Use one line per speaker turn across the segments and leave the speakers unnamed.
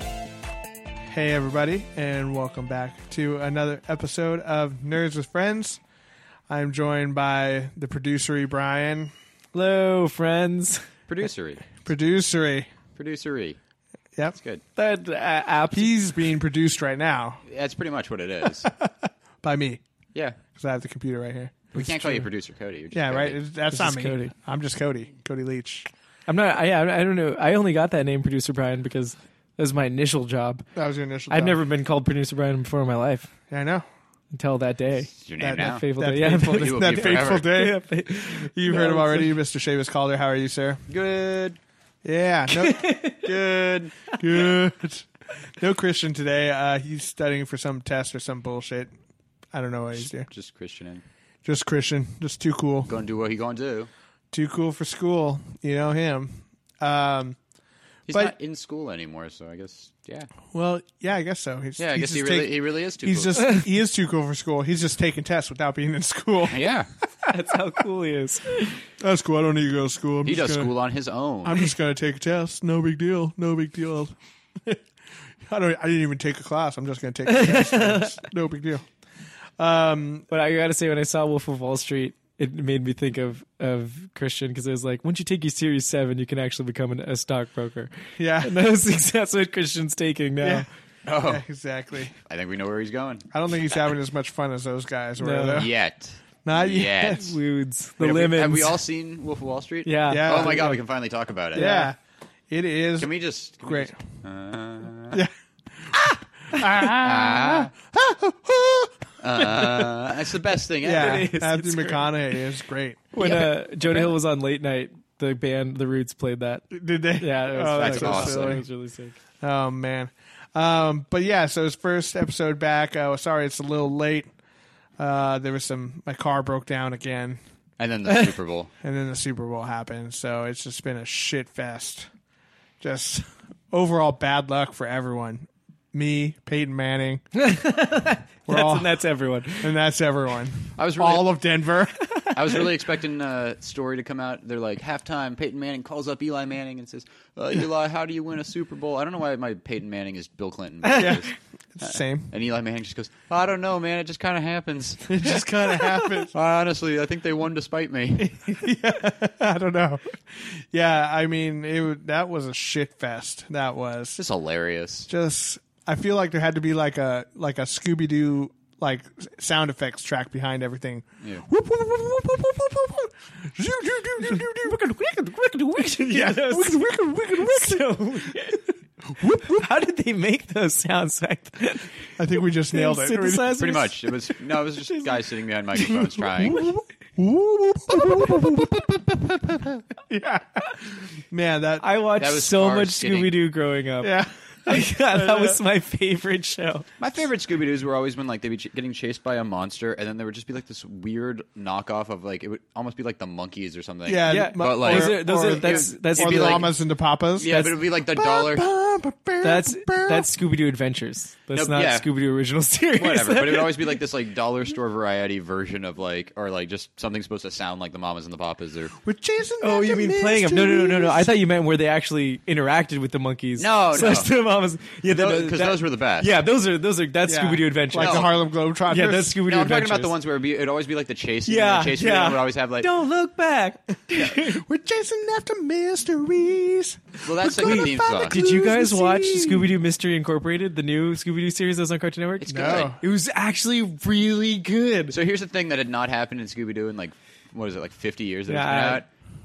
Hey, everybody, and welcome back to another episode of Nerds with Friends. I'm joined by the producery Brian.
Hello, friends.
Producery.
Producery.
Producery.
Yep.
Good.
That uh, app.
He's being produced right now
That's pretty much what it is.
by me
yeah.
because I have the computer right here.
We can't call you producer Cody. You're just
Yeah,
Cody.
right? It's- That's
This
not
is
me.
Cody.
I'm just Cody. Cody Leach.
I'm not. I, I I don't know. I only got that name, producer Brian, because that was my initial job.
That was your initial
I've
job.
never been called producer Brian before in my life
Yeah, I know.
until that day.
It's your name
That-
now.
That fateful
That
day. Yeah,
fateful-
You will
that
be
fateful
forever.
day. You've heard
No,
him
it's
already, Mr. Shavis Calder. How are you, sir?
Good.
Yeah. No,
Good.
good. No Christian today. Uh, he's studying for some test or some bullshit. I don't know what he's doing.
Just Christianing.
Just Christian. Just too cool.
Gonna do what he gonna do.
Too cool for school. You know him. Um,
He's
But-
not in school anymore, so I guess yeah.
well, yeah, I guess so. He's,
Yeah, I
he's
guess he
just
really
take-
he really is too
he's
cool.
just he is too cool for school. He's just taking tests without being in school.
Yeah.
That's how cool he is.
That's cool. I don't need to go to school. I'm
He
just
does
gonna-
school on his own.
I'm just gonna take a test. No big deal. No big deal. I don't. I didn't even take a class. I'm just gonna take a test. It's no big deal. Um,
But I got to say, when I saw Wolf of Wall Street, it made me think of of Christian because it was like, once you take your Series Seven, you can actually become an, a stockbroker.
yeah.
And that's that's what Christian's taking now.
Yeah.
oh.
Yeah, exactly.
I think we know where he's going.
I don't think he's having as much fun as those guys were.
No.
though.
Yet.
Not yet.
Yet.
Ludes, the
Wait, have we-
lemons.
Have we all seen Wolf of Wall Street?
Yeah.
Yeah.
Oh my god, we can finally talk about it.
Yeah, it is
Can we just can we
great.
just- uh,
Yeah.
Ah. Uh, it's the best thing
Yeah,
ever.
It is.
Matthew
It's great.
McConaughey is great.
When uh, Jonah Hill was on late night, the band The Roots played that.
Did they?
Yeah, it was,
oh,
that's
so
awesome.
silly.
It was really sick.
Oh man. Um, but yeah, so his first episode back. Uh, sorry, it's a little late. Uh, there was some. My car broke down again,
And then the Super Bowl.
and then the Super Bowl happened. So it's just been a shit fest. Just overall bad luck for everyone. Me, Peyton Manning. We're
That's,
all,
and that's everyone.
and that's everyone.
I was really,
All of Denver.
I was really expecting a story to come out. They're like halftime. Peyton Manning calls up Eli Manning and says, uh, "Eli, how do you win a Super Bowl?" I don't know why my Peyton Manning is Bill Clinton. but it
Yeah.
is.
It's the same.
And Eli Manning just goes, "I don't know, man. It just kind of happens."
It just kind of happened.
Honestly, I think they won despite me.
I don't know. Yeah, I mean, it wa- that was a shit fest. That was
It's hilarious.
just. I feel like there had to be like a like a Scooby Doo like s- sound effects track behind everything.
Yeah.
Whoop, whoop, whoop, whoop, whoop, whoop, whoop, whoop. Zoo, doo, doo, doo, doo, doo.
yeah, that was so weird. How did they make those sounds back then?
I think we just nailed it.
Synthesizers?
Pretty much. It was no. It was just guys sitting behind microphones trying.
yeah, man, that
I watched
That was
so
our
much
skinny.
Scooby Doo growing up.
yeah.
God, that was my favorite show.
My favorite Scooby Doo's were always when like they'd be ch- getting chased by a monster, and then there would just be like this weird knockoff of like it would almost be like the monkeys or something.
Yeah,
Yeah,
my-
but, like-
those are, those
or-
are, that's that's
Or
It'd be
the
like-
llamas and the papas.
yeah, but it would be like the dollar.
that's that's Scooby Doo Adventures. That's
No,
not
yeah.
Scooby Doo original series.
whatever. But it would always be like this like dollar store variety version of like or like just something supposed to sound like the mamas and the papas or
with Jason.
Oh,
and
you
the
mean playing them? No, no, no, no, no. I
Mysteries.
thought you meant where they actually interacted with the monkeys.
No, no.
Slash the mom is yeah. the-
Those-
the-
'cause
that-
those were the best.
Yeah, those are those are that's
Yeah.
Scooby Doo Adventures.
Like the Harlem Globetrotters.
yeah, that's Scooby Doo
No, I'm talking
Adventures.
about the ones where it'd, be, it'd always be like the chase. scene,
Yeah,
and the chase
yeah.
would always have like.
Don't look back.
We're chasing after mysteries.
Well, that's
We're
like the
gonna
theme
find
song.
the
Did you
clues
guys
to
watch
see.
Scooby Doo Mystery Incorporated, the new Scooby Doo series that's on Cartoon Network?
It's
No.
good.
It was actually really good.
So here's the thing that had not happened in Scooby Doo in like what is it like 50 years that
Yeah.
it's been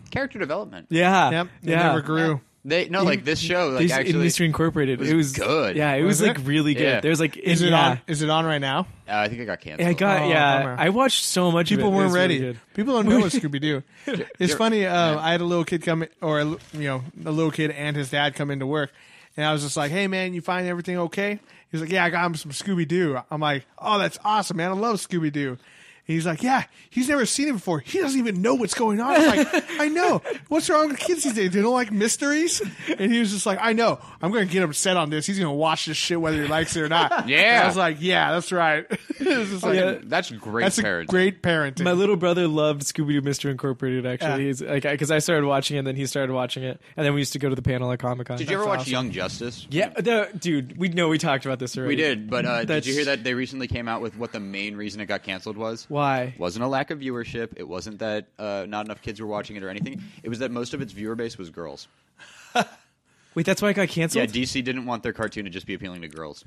out. Character development.
yeah.
Yep. They
Yeah.
never grew.
They no like this show like
These- in
actually.
Mystery Incorporated.
was
it was
good.
Yeah, it was,
Was
like
it?
really good.
Yeah.
There's like
Is it
yeah.
on? Is it on right now?
Uh, I think it got canceled.
Yeah, I got
Oh,
yeah.
bummer.
I watched so much.
People
of it. It
weren't
was really
ready.
good.
People don't know what Scooby Doo. It's
You're-
funny. Um, I had a little kid come, in, or a, li- you know, a little kid and his dad come into work, and I was just like, "Hey, man, you find everything okay?" He's like, "Yeah, I got him some Scooby Doo." I'm like, "Oh, that's awesome, man! I love Scooby Doo." He's like, "Yeah, he's never seen it before. He doesn't even know what's going on." I'm like, "I know. What's wrong with kids these days? They don't like mysteries." And he was just like, "I know. I'm going to get upset on this. He's going to watch this shit whether he likes it or not."
Yeah.
And I was like, "Yeah, that's right." It was just like-
yeah.
Oh, That's great.
that's a
parody.
great parenting.
My little brother loved Scooby Doo Mystery Incorporated. Actually,
Yeah.
he's like because I started watching it, and then he started watching it, and then we used to go to the panel at Comic Con.
Did you ever watch Young Justice?
Yeah, no, dude. We know we talked about this already.
We did, but uh, did
That's-
you hear that they recently came out with what the main reason it got canceled was?
Why?
Wasn't a lack of viewership. It wasn't that uh, not enough kids were watching it or anything. It was that most of its viewer base was girls.
Wait, that's why it got
Yeah,
canceled.
DC didn't want their cartoon to just be appealing to girls.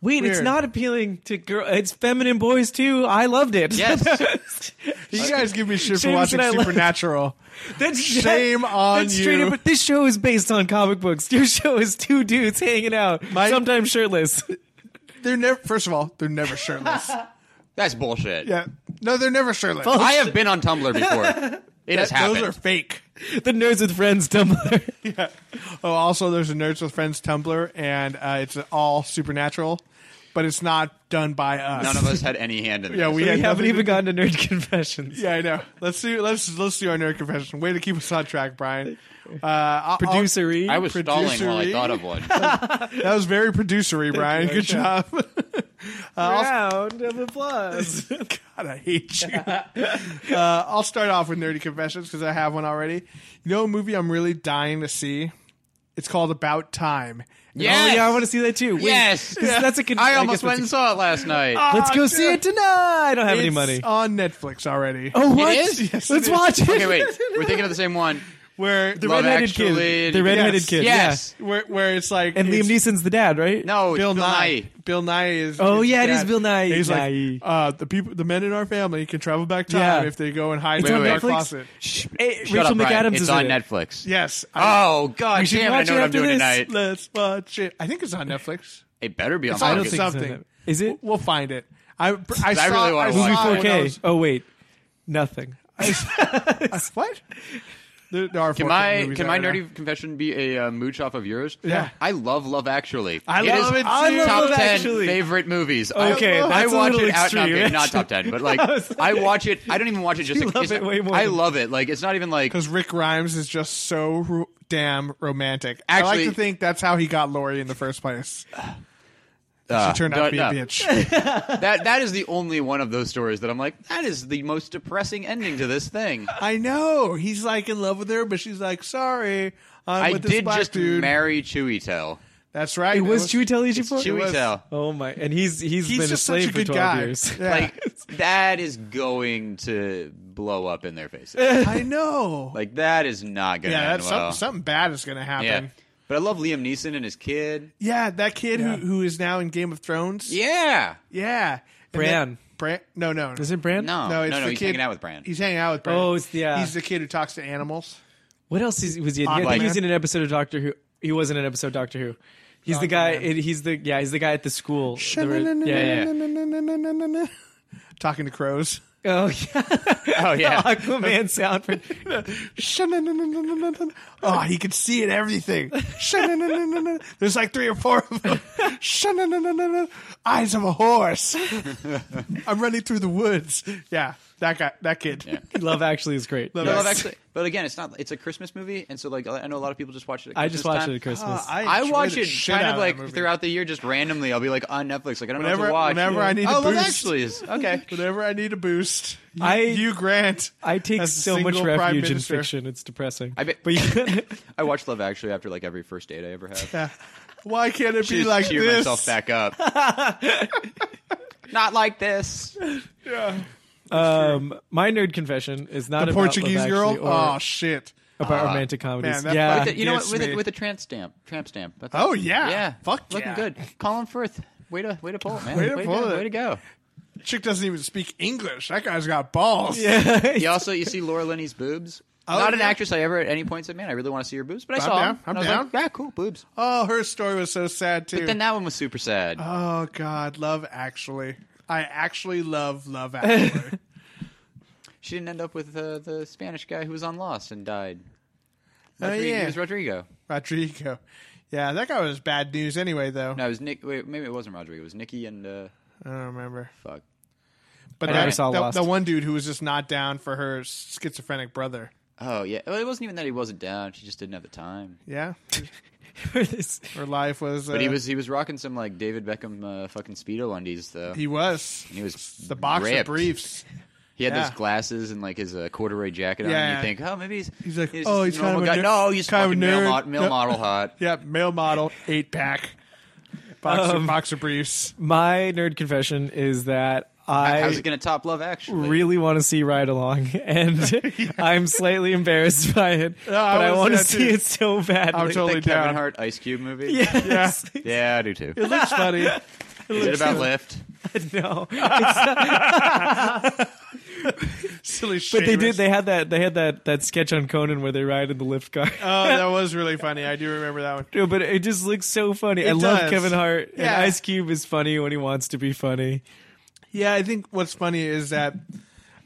Wait, it's
Weird.
not appealing to girl. It's feminine boys too. I loved it.
Yes.
You guys give me shit for
James
watching
and I love-
Supernatural.
that's
Shame on
that's Straight
you.
up, but this show is based on comic books. Your show is two dudes hanging out,
My-
sometimes shirtless.
They're never. First of all, they're never shirtless.
That's bullshit.
yeah, no, they're never shirtless.
I have been on Tumblr before. It has happened.
Those are fake.
the Nerds with Friends Tumblr.
Oh, also, there's a Nerds with Friends Tumblr, and uh, it's all Supernatural, but it's not done by us.
None of us had any hand in this.
Yeah, we, had
we haven't
nothing
even
to-
gotten to Nerd Confessions.
Yeah, I know. Let's do. Let's let's do our nerd confession. Way to keep us on track, Brian. Uh, I'll- I'll-
Producer E.
I was stalling while I
Producer-y.
thought of
Oh,
one.
that was very producery, Brian. Good job.
round of applause.
God, I hate you. uh, I'll start off with nerdy confessions because I have one already. You know, a movie I'm really dying to see. It's called About Time.
Oh
Yes!
yeah, I want to see that too. Wait,
Yes!
'cause that's a. Con-
I
guess Oh,
almost
that's
went
a-
and saw it last night.
Let's
Ah,
go see
dude.
it tonight. I don't have any
It's
money.
on Netflix already.
oh what?
is?
Yes,
Let's
it is.
watch it.
okay, wait. We're thinking of the same one.
where
The
Love
redheaded
Actually.
kid. The redheaded
Yes.
kid.
Yes.
where where it's like
Yeah. And
it's
Liam Oh, Neeson's the dad, right?
No, it's
Bill, Nye.
Nye.
Bill Nye is.
Oh,
is
yeah, it
dad.
is Bill Nye.
He's
Nye.
like uh, the people, the men in our family can travel back time
Yeah.
if they go and hide
It's
in
on
the dark
Netflix?
closet.
Shh,
Eh,
shut
Rachel
up, Brian.
McAdams
It's
is
on
in it.
Netflix.
Yes. I-
Oh god,
We should
damn it! I
watch
know
it
what I'm
after
doing
this.
tonight.
Let's watch it. I think it's on Netflix.
It better be on.
It's on
Netflix.
I don't think it's in
something.
it. Is it?
We'll find it. I I, saw,
really wanna
I
watch
saw
it.
it when I
Okay.
was-
Oh wait, nothing.
what? There, there are
Can
four
my
movies
can
out
my
right now.
nerdy confession be a uh, mooch off of yours?
Yeah.
I love Love Actually.
I
is
love it,
Top
too. I love
Love
ten
Actually.
favorite movies.
Okay,
I, I
that's a
watch
little
it out. Not,
extreme,
okay, not
actually.
top ten, but like I,
was
watch it. I don't even watch it. Just
You
like,
love
it's
it
not-
way more
I
than-
love it. Like it's not even like
because Rick Grimes is just so ro- damn romantic. I like
Actually-
to think that's how he got Lori in the first place.
uh,
She turned out
no,
to be a
no.
bitch.
That that is the only one of those stories that I'm like that is the most depressing ending to this thing.
I know he's like in love with her, but she's like, "Sorry, I'm
I
with this
did
black
just
dude."
marry Chewie Tell.
that's right.
It was Chewy Tell Agent Four.
Chewy
was-
Tell.
Oh my! And he's he's
He's
been a
just such
slave
a
for
good
twelve
guy.
years.
Yeah.
Like that is going to blow up in their faces.
I know.
Like that is not going to
yeah,
end
that's
well.
something, something bad is going to happen.
yeah. But I love Liam Neeson and his kid.
Yeah, that kid
Yeah.
who who is now in Game of Thrones.
Yeah.
yeah. And
Bran.
then- Bran. No, no,
Is it Brand?
no,
No, no,
it's
Oh, no,
the
he's
kid.
hanging out with Brand.
He's hanging out with Bran.
Oh, it's the, uh,
he's the kid who talks to animals.
What else is, was he in? Yeah, I think
Aquaman.
he was in an episode of Doctor Who. He was in an episode of Doctor Who. He's the guy.
Aquaman.
It, he's the yeah. He's the guy at the school. The re- yeah, yeah.
Talking to crows.
Oh yeah.
Oh yeah.
Aquaman sound. For,
Oh, he could see it everything. There's like three or four of them. Eyes of a horse. I'm running through the woods. Yeah, that guy, that kid.
Love Actually is great.
Love
But
Yes.
Love Actually, but again, it's not. It's a Christmas movie, and so like I know a lot of people just watch it. At
I just
Christmas
watched
time.
it at Christmas.
Oh,
I
enjoy
watch
the
it
shit
kind
out
of
that
like
movie.
throughout the year, just randomly. I'll be like on Netflix, like I don't know
Whenever,
what to watch.
whenever I need a
oh, Love
boost,
Actually is okay.
whenever I need a boost, you,
I-
you Grant.
I take
as the
so much
single prime
refuge in
minister.
fiction. It's depressing.
I bet-
But you-
I watch Love Actually after like every first date I ever have.
Yeah. Why can't it be
Just
like
cheer
this?
myself back up. Not like this.
Um, my nerd confession is not
The
about love,
Portuguese girl.
actually, or
Oh shit.
about romantic comedies.
man, that
yeah,
fucking-
With the- you know what?
Uh, Yes,
With
me.
a, with a tramp stamp. Tramp stamp. I thought-
Oh yeah.
Yeah.
Fuck
Looking
yeah.
good. Colin Firth. Way to way to pull it, man.
Way to pull
go,
it.
Way to go.
Chick doesn't even speak English. That guy's got balls.
yeah.
You also you see Laura Linney's boobs.
Oh,
Not an
yeah.
actress I ever at any point said, man, I really want to see your boobs, but I
I'm
saw
down.
'em,
I'm
and I was
down.
like, yeah, cool boobs.
Oh, her story was so sad too.
But then that one was super sad.
oh god, love actually. I actually love love actually.
she didn't end up with uh, the Spanish guy who was on Lost and died.
Oh,
Rodrigo,
yeah.
It was Rodrigo.
Rodrigo. Yeah, that guy was bad news anyway though.
No, it was Nick. Wait, maybe it wasn't Rodrigo. It was Nikki and uh,
I don't remember.
fuck.
But
I
that,
never saw
that-
Lost.
the one dude who was just not down for her schizophrenic brother.
Oh yeah. Well, it wasn't even that he wasn't down. She just didn't have the time.
Yeah,
This-
her life was. Uh,
But he was he was rocking some like David Beckham uh, fucking speedo undies though.
He
He,
was.
he was
the box
ripped.
of briefs.
He had
yeah.
those glasses and like his uh, corduroy jacket on.
Yeah.
And you think, oh, maybe he's
He's like,
he's
oh,
just
he's
a
kind
normal
of a
guy.
nerd-
no, he's
kind of
fucking male,
nerd.
mo- male
No.
model hot.
Yeah, male model eight pack. Boxer,
Um,
boxer briefs.
my nerd confession is that I
How's it gonna top Love Actually?
really want to see Ride Along, and I'm slightly embarrassed by it,
I
but I
wanna
want to
see that
see
too.
it so badly.
I'm totally
that Kevin
down.
Hart Ice Cube movie.
yes.
Yeah, I do too.
It looks funny.
Is it about Lyft?
no,
Silly shit.
but they did. They had that. They had that that sketch on Conan where they ride in the lift car.
oh, that was really funny. I do remember that one.
No, but it just looks so funny. I
It
love
does.
Kevin Hart.
Yeah.
And Ice Cube is funny when he wants to be funny.
Yeah, I think what's funny is that.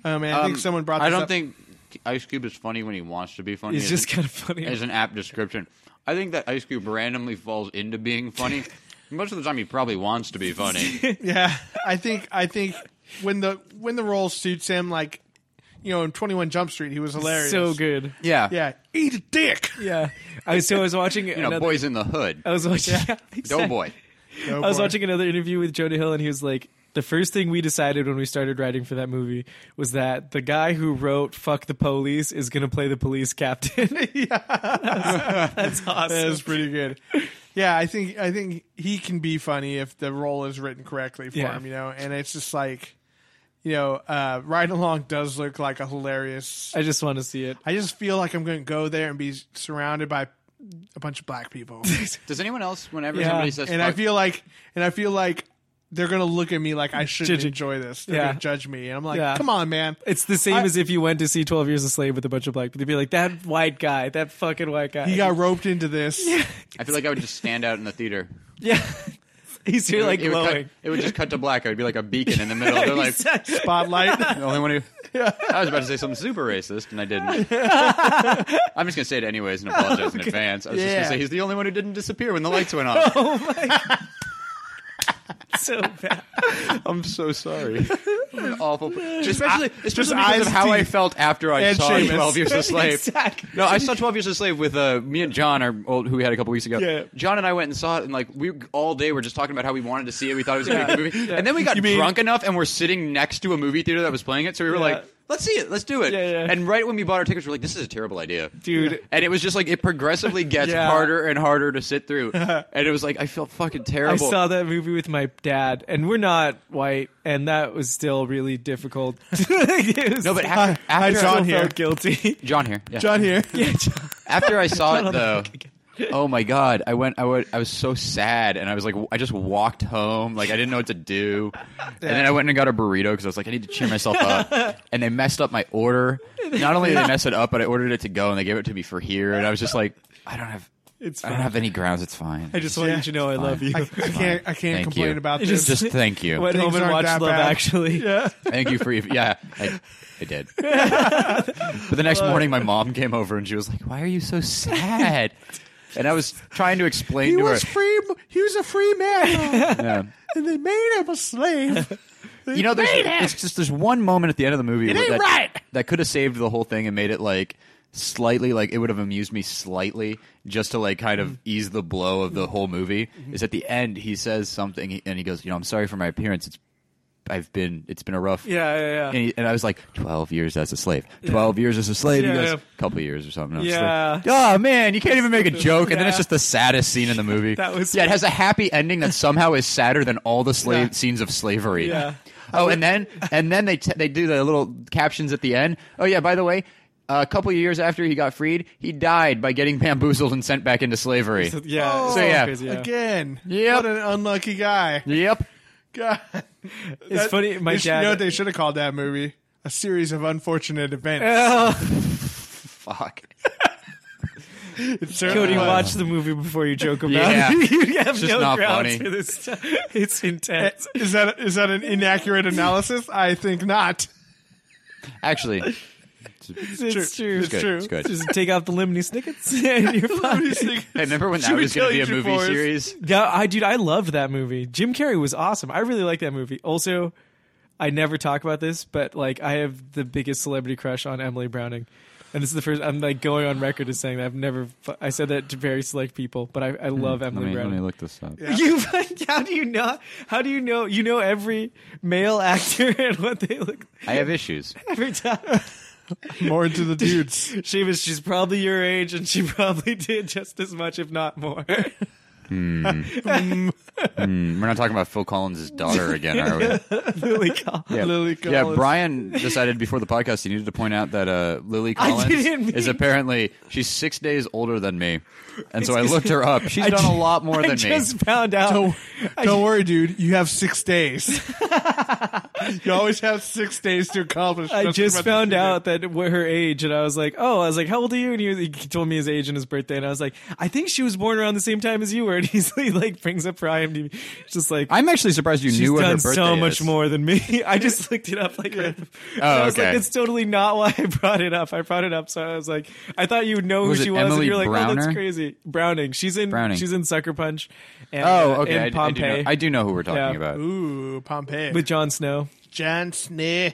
Oh man, I think
Um,
someone brought.
I
this
don't
up.
think Ice Cube is funny when he wants to be funny.
It's
As
just
an-
kind of funny.
as an apt description. I think that Ice Cube randomly falls into being funny. Most of the time, he probably wants to be funny.
Yeah, I think I think when the when the role suits him, like you know, in Twenty One Jump Street, he was hilarious.
So good.
Yeah,
Yeah, eat a dick.
Yeah. I so I was watching
You know,
another,
boys in the hood,
I was watching yeah, exactly.
doughboy.
No
I was
boy.
watching another interview with Jonah Hill and he was like the first thing we decided when we started writing for that movie was that the guy who wrote Fuck the Police is going to play the police captain. That's awesome.
That is pretty good. Yeah, I think I think he can be funny if the role is written correctly for
Yeah.
him, you know. And it's just like, you know, uh, ride along does look like a hilarious.
I just want to see it.
I just feel like I'm going to go there and be surrounded by a bunch of black people,
Does anyone else, whenever
Yeah,
somebody says,
and I
fuck-
feel like, and I feel like they're going to look at me like I shouldn't
Judging.
enjoy this. They're
Yeah.
going to judge me, and I'm like,
Yeah.
come on, man.
It's the same
I-
as if you went to see Twelve Years a Slave with a bunch of black people. They'd be like, "That white guy, that fucking white guy."
He got roped into this.
I feel like I would just stand out in the theater.
yeah. He's here
It would-
like
it would,
glowing.
cut, it would just cut to black. I would be like a beacon in the middle. They're like
Spotlight.
the only one who. I was about to say something super racist, and I didn't. I'm just gonna say it anyways and apologize in advance. I was just
Yeah.
gonna say he's the only one who didn't disappear when the lights went off.
Oh. so bad.
I'm so sorry. I'm an awful. Especially, especially
just
because of
Ice
how I
Tea.
felt after I
And
saw
Seamus.
Twelve Years a Slave.
Exactly.
No, I saw Twelve Years a Slave with uh, me and John, our old, who we had a couple weeks ago.
Yeah.
John and I went and saw it, and like we all day were just talking about how we wanted to see it. We thought it was a yeah. good movie, and then we got
You mean-
drunk enough, and we're sitting next to a movie theater that was playing it, so we were
Yeah.
like. Let's see it. Let's do it.
Yeah, yeah.
And right when we bought our tickets, we are like, "This is a terrible idea,
Dude.
And it was just like it progressively gets
Yeah.
harder and harder to sit through. and it was like I felt fucking
I
terrible.
saw that movie with my dad, and we're not white, and that was still really difficult.
no, but after, after
John
I
here.
felt guilty.
John here, yeah.
John here.
yeah, John-
After I saw
John
it
on the
though,
mic again.
oh my god, I went. I, went, I was so sad, and I was like, I just walked home, like I didn't know what to do. And then I went and got a burrito because I was like, I need to cheer myself up. And they messed up my order. Not only did they mess it up, but I ordered it to go, and they gave it to me for here. And I was just like, I don't have,
It's
I don't
fine.
have any grounds. It's fine.
I just want
Yeah.
you to know I love you.
I, I can't. I can't
Thank
complain
you.
about
It
this.
just thank you.
Went home
Things
and
aren't
watched
that
Love
bad.
Actually.
yeah.
Thank you for even. Yeah, I, I did. but the next morning, my mom came over and she was like, "Why are you so sad?" And I was trying to explain
He
to
was
her.
free. He was a free man,
Yeah.
and they made him a slave.
You know, there's it's just there's one moment at the end of the movie where
ain't
that,
right.
that could have saved the whole thing and made it like slightly like it would have amused me slightly just to like kind
Mm-hmm.
of ease the blow of the whole movie. Is at the end he says something and he goes, you know, I'm sorry for my appearance. It's I've been it's been a rough
Yeah, yeah, yeah.
and, he, and I was like, 12 years as a slave. 12 years as a slave.
Yeah,
he goes,
yeah.
a couple years or something. I was
Yeah.
Like, oh, man, you can't even make a joke. And then it's
Yeah.
just the saddest scene in the movie.
That was-
yeah, it has a happy ending that somehow is sadder than all the slave
Yeah.
scenes of slavery.
Yeah.
Oh, and then and then they t- they do the little captions at the end. Oh yeah, by the way, a couple of years after he got freed, he died by getting bamboozled and sent back into slavery.
So, yeah.
Oh,
so
yeah.
crazy, yeah.
Again.
Yep.
What an unlucky guy.
Yep.
God.
It's funny, my
they should- You know
dad-
what they should have called that movie? A series of unfortunate events.
Fuck.
It certainly
Cody,
was.
watch the movie before you joke about
Yeah.
it. you have
just
no
not
grounds
funny.
for this stuff. It's intense.
Is that is that an inaccurate analysis? I think not.
Actually, it's,
It's true.
It's
good.
true.
It's good.
Just take off the lemony snickets and you're fine.
Hey, remember when that
Should we
was going
tell
to be
you
a
two
movie
boys?
series?
Yeah, I dude, I loved that movie. Jim Carrey was awesome. I really like that movie. Also, I never talk about this, but like I have the biggest celebrity crush on Emily Browning. And this is the first I'm like going on record as saying that I've never fu- I said that to very select people, but I, I love
Hmm, Let
Emily
me, let me
Browning.
look this up.
You how do you know how do you know you know every male actor and what they look
I have issues.
every time.
More into the dudes.
She was she's probably your age and she probably did just as much if not more.
We're not talking about Phil Collins' daughter again, are we?
Lily Collins.
Yeah.
Lily
Yeah,
Collins.
Brian decided before the podcast he needed to point out that uh, Lily
I
Collins
didn't mean-
is apparently she's six days older than me, and so I looked her up. She's
I
done
ju-
a lot more
I
than me.
just found out.
Don't,
I
don't worry, dude. You have six days. you always have six days to accomplish.
I
just
just
about the
found
shooting.
out that what her age, and I was like, "Oh, I was like, how old are you?" And he, was, he told me his age and his birthday, and I was like, "I think she was born around the same time as you were." And he's like, like brings up her IMDb, It's just like
I'm actually surprised you
she's
knew what her
done
birthday
so much
is.
more than me. I just looked it up like right before.
Oh,
I was like,
okay.
"It's totally not why I brought it up." I brought it up, so I was like, "I thought you would know who
Was it
she was,"
Emily
and you're like, "Oh, that's
Browner?
crazy." Browning, she's in
Browning.
she's in Sucker Punch. And,
Oh,
uh,
okay. I,
And
I do
Pompeii
know, I do know who we're talking
Yeah.
about.
Ooh, Pompeii.
with Jon Snow.
John Snee.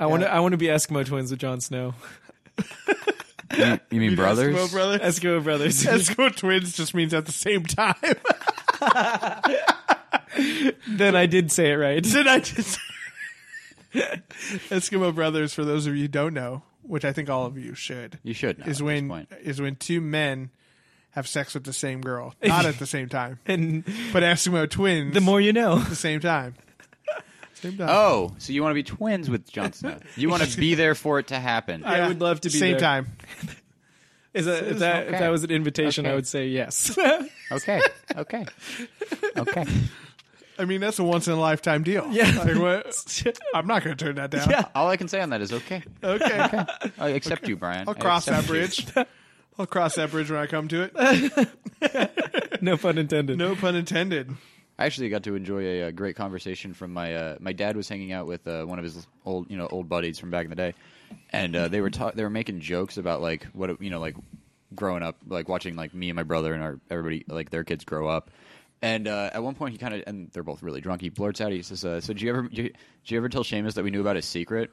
I want to I want to be Eskimo twins with Jon Snow.
You mean, you mean brothers?
Eskimo brother.
Eskimo brothers.
Eskimo twins just means at the same time.
then I did say it right.
Did I just? Eskimo brothers. For those of you who don't know, which I think all of you should,
You should know at
is
this
when
point.
is when two men have sex with the same girl, not at the same time,
And
but Eskimo twins.
the more you know.
at the same time. Same time.
Oh, so you want to be twins with Jon Snow? You want to be there for it to happen?
I would love to be
same
there.
time.
Is that, if, that, if
okay.
that was an invitation, I
Okay.
would say yes.
Okay, okay, okay.
I mean, that's a once in a lifetime deal.
Yeah.
Like, what? I'm not going to turn that down.
Yeah.
All I can say on that is okay.
Okay.
I accept Oh, you, Brian.
I'll
I
cross that
accept you.
bridge. I'll cross that bridge when I come to it.
no pun intended.
No pun intended.
I actually got to enjoy a, uh great conversation from my uh, my dad was hanging out with uh, one of his old you know old buddies from back in the day, and uh, they were ta- they were making jokes about like what it- you know like growing up like watching like me and my brother and our everybody like their kids grow up. And uh, at one point, he kind of and they're both really drunk. He blurts out, he says, uh, "So, did you ever did you, did you ever tell Seamus that we knew about his secret?"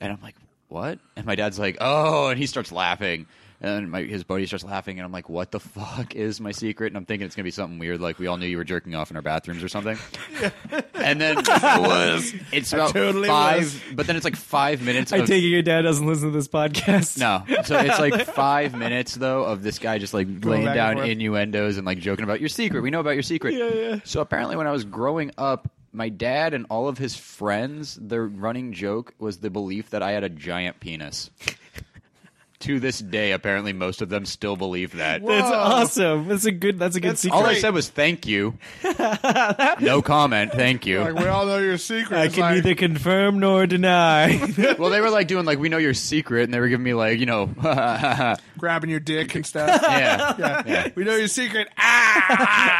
And I'm like, what? And my dad's like, oh, and he starts laughing. And my, his buddy starts laughing, and I'm like, what the fuck is my secret? And I'm thinking it's going to be something weird, like we all knew you were jerking off in our bathrooms or something. and then it was. It's about
totally
five,
was.
but then it's like five minutes
I
of.
take it your dad doesn't listen to this podcast.
no, so it's like five minutes though of this guy just like laying
back and
down
forth.
innuendos and like joking about your secret. We know about your secret.
Yeah, yeah.
So apparently, when I was growing up, my dad and all of his friends, their running joke was the belief that I had a giant penis. to this day, apparently, most of them still believe that.
That's
Whoa.
awesome. That's a good. That's a
Oh.
good
That's
secret.
All I
great.
said was thank you. no comment. Thank
Like,
you.
we all know your secret.
I
It's
can
like,
neither confirm nor deny.
Well, they were like doing like we know your secret, and they were giving me like you know, yeah,
grabbing your dick and stuff.
yeah,
we know your secret. Ah!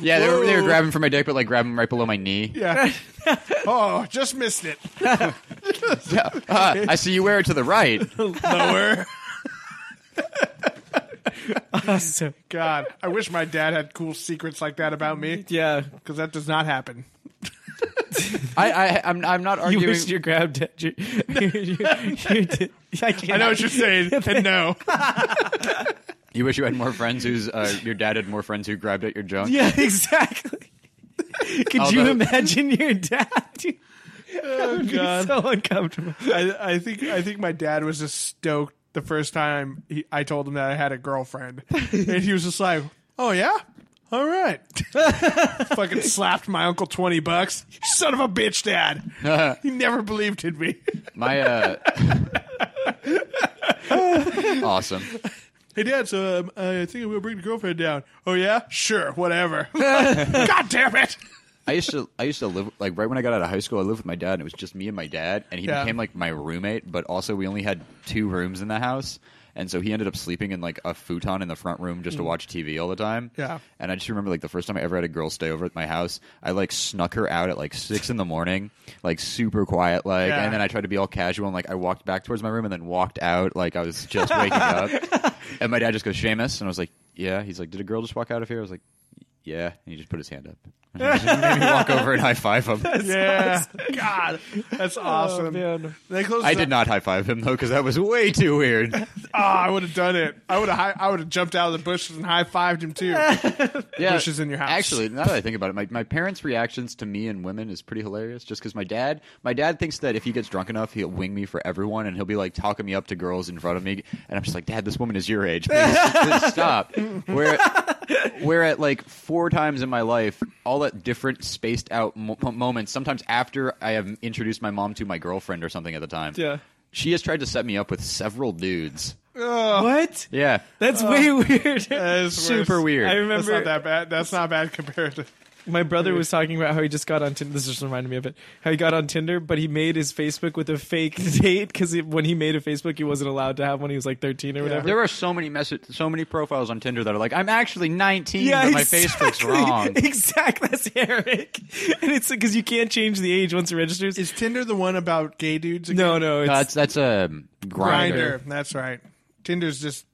yeah. They were, they were grabbing for my dick, but like grabbing right below my knee.
Yeah. Oh, just missed it.
Uh, I see you wear it to the right.
Lower.
awesome.
God, I wish my dad had cool secrets like that about me
Yeah.
because that does not happen.
I, I I'm I'm not
You
arguing.
wished your grab dad. You, you, you, you did- I,
I know
cannot-
what you're saying, and no.
You wish you had more friends whose uh, your dad had more friends who grabbed at your junk.
Yeah, exactly. Could you
Although-
imagine your dad? that would
God.
be so uncomfortable.
I, I think I think my dad was just stoked the first time he, I told him that I had a girlfriend, and he was just like, "Oh yeah, all right." Fucking slapped my uncle twenty bucks. You son of a bitch, dad. He never believed in me.
My uh Awesome.
hey, dad. So um, I think I'm gonna bring the girlfriend down. Oh yeah, sure, whatever. God damn it.
I used to I used to live like right when I got out of high school I lived with my dad and it was just me and my dad and he
Yeah.
became like my roommate but also we only had two rooms in the house and so he ended up sleeping in like a futon in the front room just to watch TV all the time.
Yeah.
And I just remember like the first time I ever had a girl stay over at my house, I like snuck her out at like six in the morning, like super quiet, like
Yeah.
and then I tried to be all casual and like I walked back towards my room and then walked out like I was just waking up. And my dad just goes, Seamus and I was like, Yeah. He's like, Did a girl just walk out of here? I was like, Yeah. And he just put his hand up. Maybe walk over and high five him.
Yeah, Oh, God, that's awesome.
man.
They closed
I
the-
did not high five him though, because that was way too weird.
Oh, I would have done it. I would have. Hi- I would have jumped out of the bushes and high fived him too.
Yeah,
Bushes in your house.
Actually, now that I think about it, my, my parents' reactions to me and women is pretty hilarious. Just because my dad, my dad thinks that if he gets drunk enough, he'll wing me for everyone, and he'll be like talking me up to girls in front of me, and I'm just like, Dad, this woman is your age. Please, please stop. Where, where at like four times in my life, all at different spaced out mo- mo- moments. Sometimes after I have introduced my mom to my girlfriend or something at the time.
Yeah.
She has tried to set me up with several dudes.
What?
Yeah.
That's way weird.
That's
Super
worse.
weird.
I
That's
remember
not that bad. That's not bad compared to.
my brother was talking about how he just got on Tinder. This just reminded me of it. How he got on Tinder, but he made his Facebook with a fake date because when he made a Facebook, he wasn't allowed to have one. He was like 13 or whatever.
There are so many message, so many profiles on Tinder that are like, I'm actually 19, but my Facebook's wrong.
Exactly. That's Eric. And it's because you can't change the age once it registers.
Is Tinder the one about gay dudes? Again?
no, no. It's,
No, that's that's a um, grinder.
Grinder. That's right. Tinder's just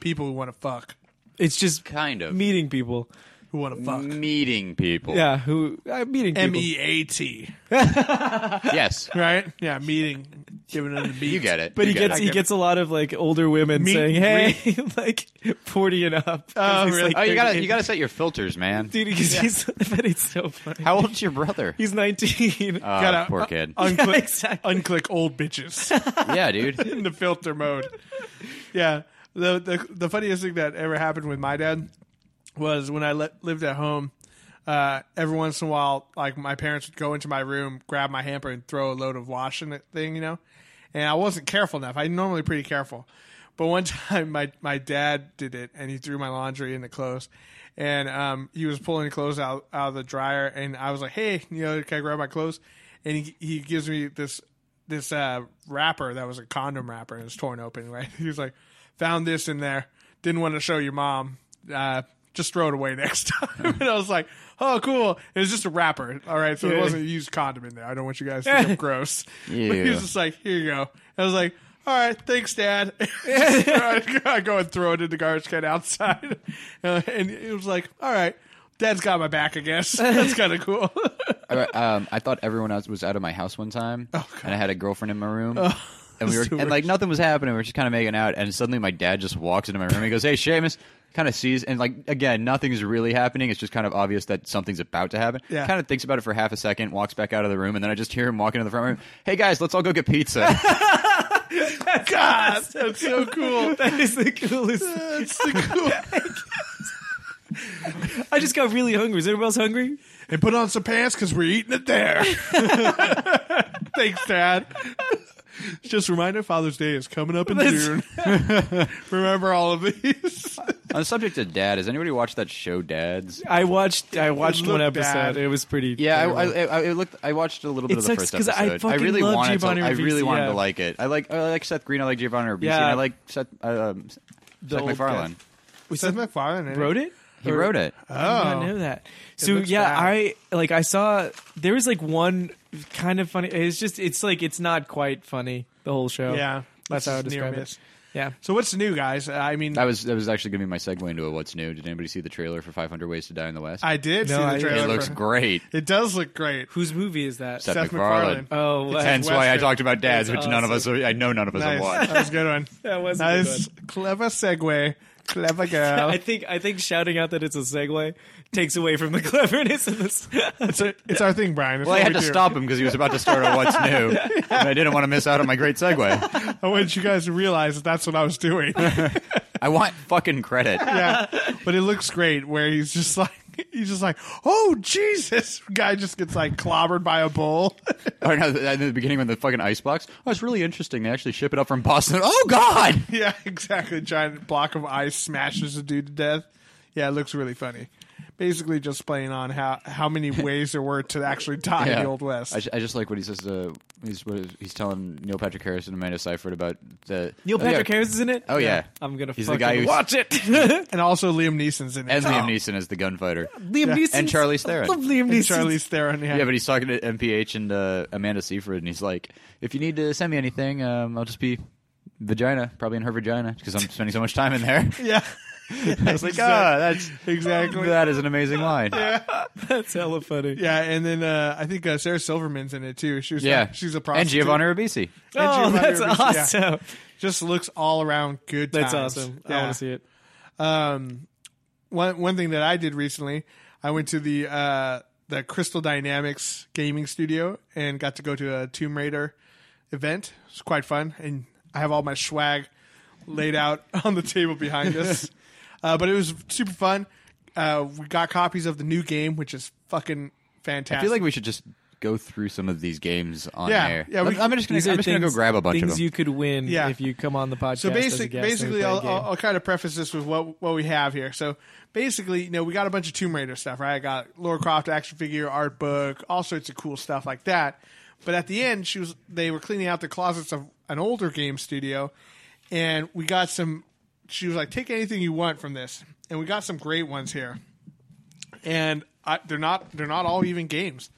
people who want to fuck.
it's just
Kind of
meeting people.
Who want to fuck?
meeting people.
Yeah, who uh, meeting people.
M E A T.
Yes,
Right? Yeah, meeting, giving them the beat.
you get it.
But
You
he
get
gets
it.
he gets a lot of like older women
Meet
saying,
and
"Hey, like forty and up." Oh,
really?
Oh, you gotta you gotta set your filters, man.
dude. Because he's but it's so funny.
How old's your brother?
He's nineteen.
Oh,
gotta-
poor kid.
Unclick,
exactly.
unclick old bitches
yeah, dude.
in the filter mode. Yeah. The, the the funniest thing that ever happened with my dad was when I le- lived at home. Uh, every once in a while, like my parents would go into my room, grab my hamper, and throw a load of wash in it thing, you know. And I wasn't careful enough. I'm normally pretty careful, but one time my my dad did it, and he threw my laundry in the clothes, and um, he was pulling clothes out out of the dryer, and I was like, hey, you know, can I grab my clothes? And he he gives me this this uh, wrapper that was a condom wrapper and it was torn open. Right? He was like, found this in there. Didn't want to show your mom. Uh, just throw it away next time. and I was like, oh, cool. It was just a wrapper. All right. So it
Yeah.
wasn't a used condom in there. I don't want you guys to think I'm gross. But he
Yeah.
was just like, here you go. I was like, all right, thanks, Dad. I go and throw it in the garbage can outside. Uh, and it was like, all right, Dad's got my back, I guess. That's kind of cool.
I, um, I thought everyone else was out of my house one time, and I had a girlfriend in my room. and we were, and like nothing was happening. We were just kind of making out, and suddenly my dad just walks into my room. and goes, "Hey, Seamus." Kind of sees, and like again, nothing's really happening. It's just kind of obvious that something's about to happen.
Yeah.
Kind of thinks about it for half a second, walks back out of the room, and then I just hear him walk into the front room. Hey guys, let's all go get pizza.
God, that's so cool.
That is the coolest.
That's the cool.
I just got really hungry. Is everybody else hungry?
and put on some pants because we're eating it there. Thanks, Dad. Just a reminder, Father's Day is coming up in
That's-
June. Remember all of these.
On the subject of dad, has anybody watched that show, Dads?
I watched. I watched one
looked
episode.
bad.
It was pretty.
Yeah, I, I,
terrible.
I, I looked. I watched a little bit
It
of the
sucks
first
'cause I
episode.
fucking
really
love
wanted
Giovanni
to. I really
Ribisi,
wanted
yeah.
to like it. I like. I like Seth Green. I like Giovanni Ribisi.
Yeah.
And I like Seth. Uh, um, Seth
old
MacFarlane.
Was Seth MacFarlane in
wrote it.
He wrote it.
I did not know that. So
Oh. looks
yeah,
bad.
I like I saw there was like one kind of funny. It's just it's like it's not quite funny the whole show.
Yeah,
that's
it's
how I
just near
describe it.
miss.
Yeah,
So what's new, guys? I mean,
That was that was actually going to be my segue into a what's new. Did anybody see the trailer for 500 Ways to Die in the West?
I did
No,
see
I-
the trailer.
it looks
for-
great.
It does look great.
whose movie is that?
Seth,
Seth
MacFarlane.
MacFarlane.
Oh, uh,
Hence why I
Western.
talked about dads, which
That's
none of us. I know none of us have
Nice.
watched.
That was a good one.
that was a good
nice, clever segue Clever girl.
I think I think shouting out that it's a segue takes away from the cleverness of this.
It's, a, it's our thing, Brian. It's
Well, I
what
had
we
to
do.
stop him because he was about to start on what's new, and I didn't want to miss out on my great segue.
I want you guys to realize that that's what I was doing.
I want fucking credit.
yeah, but it looks great where he's just like he's just like, oh Jesus! Guy just gets like clobbered by a bull.
Or no, in the beginning when the fucking icebox. Oh, it's really interesting. They actually ship it up from Boston. Oh God!
yeah, exactly. Giant block of ice smashes a dude to death. Yeah, it looks really funny. Basically, just playing on how how many ways there were to actually die in the old west.
I, ju- I just like what he says. To, he's what is, he's telling Neil Patrick Harris and Amanda Seyfried about the
Neil
Oh, yeah.
Patrick Harris is in it.
Oh, yeah.
I'm gonna.
He's the
fucking
guy who's-
watch it. Liam
and also Liam Neeson's in it.
and Liam
Oh.
Neeson is the gunfighter.
Neeson
And Charlize Theron.
Love Liam
And
Neeson.
Charlize Theron. Yeah,
Yeah, but he's talking to MPH and uh, Amanda Seyfried, and he's like, "If you need to send me anything, um, I'll just be vagina, probably in her vagina, because I'm spending so much time in there."
yeah.
I was like, "Ah, that's
exactly.
that is an amazing line."
That's hella funny.
Yeah, and then uh, I think uh, Sarah Silverman's in it too. She was
Yeah.
she's a
and
prostitute.
Giovanni Ribisi.
Oh,
And Giovanni
that's
Ribisi, yeah.
awesome.
Just looks all around good.
That's
times.
awesome. I
Yeah.
want to see it.
Um, one one thing that I did recently, I went to the uh, the Crystal Dynamics gaming studio and got to go to a Tomb Raider event. It was quite fun, and I have all my swag laid out on the table behind us. uh, but it was super fun. Uh, we got copies of the new game, which is fucking fantastic.
I feel like we should just go through some of these games on
Yeah,
there.
yeah,
I'm,
we-
I'm just gonna,
These
I'm
are
just gonna go
things-
grab a bunch of
things
them.
you could win
Yeah.
if you come on the podcast.
So
as a
basic,
guest and
basically,
play a
I'll,
game.
I'll, I'll kind of preface this with what what we have here. So basically, you know, we got a bunch of Tomb Raider stuff, right? I got Lara Croft action figure, art book, all sorts of cool stuff like that. But at the end, she was they were cleaning out the closets of an older game studio, and we got some. She was like, "Take anything you want from this," and we got some great ones here. And I, they're not they're not all even games.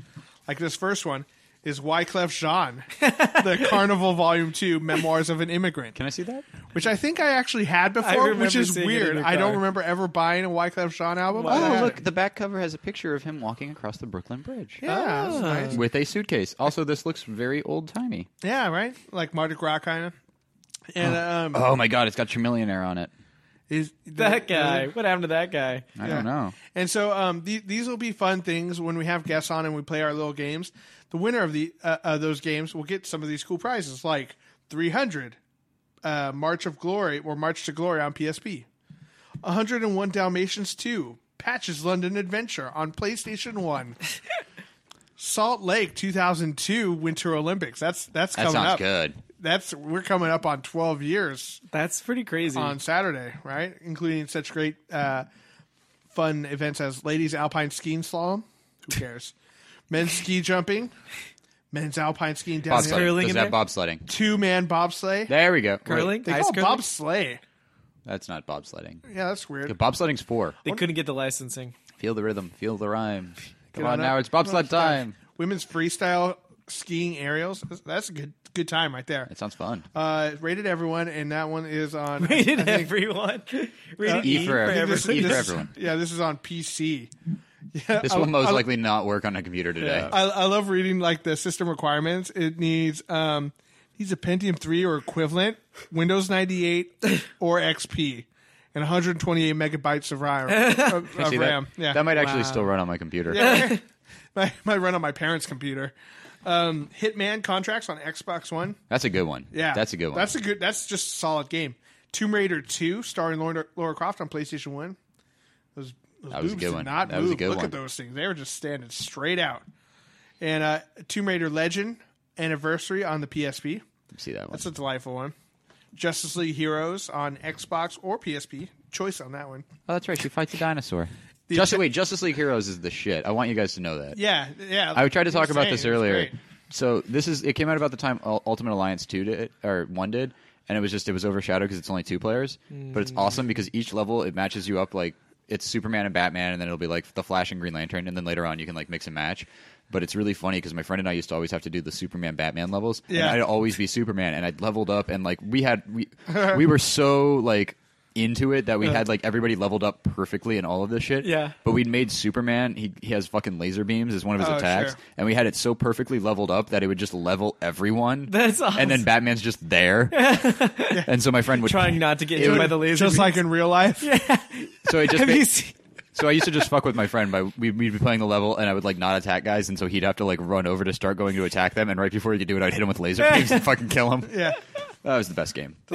Like this first one is Wyclef Jean, the Carnival Volume Two: Memoirs of an Immigrant
Can I see that?
which I think I actually had before,
remember
which is
seeing it in
weird.
your
I don't
car.
remember ever buying a Wyclef Jean album. but I
Oh,
had
look!
it.
The back cover has a picture of him walking across the Brooklyn Bridge
Yeah,
Oh.
this is nice.
with a suitcase. Also, this looks very old timey.
yeah, right, like Mardi Gras kind of. And um,
Oh my God! It's got Chamillionaire on it.
is
that guy. What happened to that guy?
I
Yeah.
don't know.
And so um, the, these will be fun things when we have guests on and we play our little games. The winner of the uh, uh, those games will get some of these cool prizes, like 300 uh, March of Glory or March to Glory on PSP, 101 Dalmatians 2, Patches London Adventure on PlayStation 1. Salt Lake 2002 Winter Olympics. That's that's
That
coming
sounds
up.
good.
That's we're coming up on 12 years
That's pretty crazy.
on Saturday, right? Including such great uh, fun events as ladies alpine skiing slalom. Who cares? men's ski jumping, men's alpine skiing downhill,
Bobsledding.
curling
Does
in
that
there?
bobsledding?
two man bobsleigh.
There we go. Wait,
curling.
They
Ice
call it
curling?
bobsleigh.
that's not bobsledding.
Yeah, that's weird.
The bobsledding's four.
They couldn't get the licensing.
Feel the rhythm. Feel the rhyme. Come
on
on
up.
now, it's bobsled time.
Women's freestyle skiing aerials. That's a good good time right there.
That sounds fun.
Uh, rated everyone, and that one is on
Rated everyone. Rated
E for
I think
everyone.
this-
E for
this-
everyone.
Yeah, this is on PC. Yeah,
This
I-
will most
I-
likely not work on a computer today.
I, I love reading like the system requirements. It needs um needs a Pentium three or equivalent, Windows ninety eight or XP, and 128 megabytes of RAM. Of, of
See that?
RAM. Yeah,
That might actually still run on my computer.
yeah, might, might run on my parents' computer. Um, Hitman contracts on Xbox One.
That's a good one.
Yeah,
That's a good one.
That's a good. That's just a solid game. Tomb Raider two, starring Laura, Laura Croft on PlayStation One. Those, those
That was a
boobs
good
did
one.
Not
That
move.
was a good
Look
one.
at those things; they were just standing straight out. And uh, Tomb Raider Legend Anniversary on the PSP.
See that one.
That's a delightful one. Justice League Heroes on Xbox or PSP. Choice on that one.
Oh, that's right. She fights a dinosaur.
The-
Just wait, Justice League Heroes is the shit. I want you guys to know that.
Yeah, yeah.
I tried to
you
talk
were
about
saying
this
it was
earlier.
great.
So this is it came out about the time Ul- Ultimate Alliance two did or one did, and it was just it was overshadowed because it's only two players, but it's awesome
Mm.
because each level it matches you up like it's Superman and Batman, and then it'll be like the Flash and Green Lantern, and then later on you can like mix and match. But it's really funny because my friend and I used to always have to do the Superman Batman levels,
Yeah.
and I'd always be Superman, and I'd leveled up, and like we had we we were so like into it that we had like everybody leveled up perfectly and all of this shit.
Yeah.
But we'd made Superman. He he has fucking laser beams as one of his
Oh,
attacks,
sure.
and we had it so perfectly leveled up that it would just level everyone.
That's awesome.
And then Batman's just there, and so my friend would
trying not to get
It
hit
would-
by the laser.
Just like in real life.
So I just
Have
ba-
you seen-
so I used to just fuck with my friend by we'd, we'd be playing the level and I would like not attack guys, and so he'd have to like run over to start going to attack them, and right before he could do it, I'd hit him with laser beams and fucking kill him.
Yeah.
That was the best game.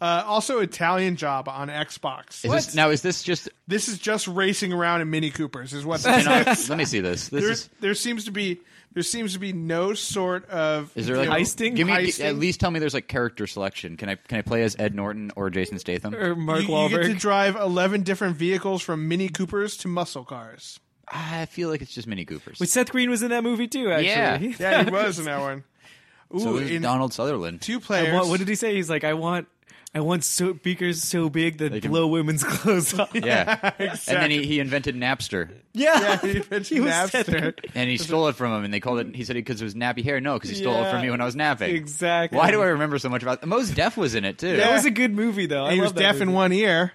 Uh, also, Italian Job on Xbox.
Is this, now is this just?
This is just racing around in Mini Coopers. Is what.
you know, let me see this. This
there,
is.
there seems to be there seems to be no sort of
Is there like
you know,
Heisting?
Give me
heisting.
at least tell me there's like character selection. Can I can I play as Ed Norton or Jason Statham?
or Mark
you, you
Wahlberg.
get to drive eleven different vehicles from Mini Coopers to muscle cars.
I feel like it's just Mini Coopers.
Which Seth Green was in that movie too. Actually,
Yeah, he was in that one. Ooh,
so it was
in
Donald Sutherland.
two
I
players.
want- what did he say? He's like, I want, I want so beakers so big that
can-
blow women's clothes off.
yeah, and then he, he invented Napster,
yeah.
yeah, he pitched
He was Seth
Napster.
Green.
and he stole it from him, and they called it. He said because it was nappy hair. No, because he stole it
Yeah.
from me when I was napping.
Exactly.
Why do I remember so much about? Mos Def was in it too.
That was a good movie though. I
He
love
was
that
deaf in
movie.
one ear,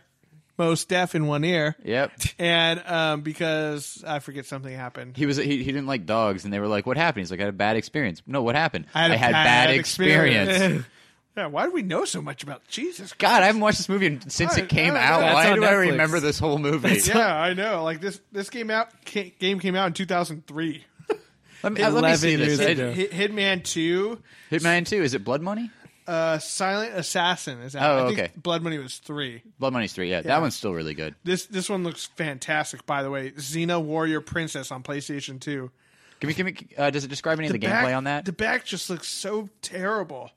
most deaf in one ear,
Yep.
and um, because I forget something happened.
He was he, he didn't like dogs, and they were like, "What happened?" He's like, "I had a bad experience." No, what happened?
I had a
bad,
bad
experience.
Yeah, why do we know so much about Jesus?
God, I haven't watched this movie in- since it came
That's
out. Why
on
do
Netflix.
I remember this whole movie?
Yeah, I know. Like this, this came out ca- game came out in two thousand three.
Let me, let me
11
see this.
years ago.
Hit,
Hit, Hitman Two,
Hitman Two. Is it Blood Money?
uh, Silent Assassin is out.
Oh,
I think
okay.
Blood Money was three.
Blood Money's Three. Yeah, that one's still really good.
This this one looks fantastic, by the way. Xena Warrior Princess on PlayStation Two.
Can we? Can we? Uh, does it describe any of the,
back-
gameplay on that?
The back just looks so terrible.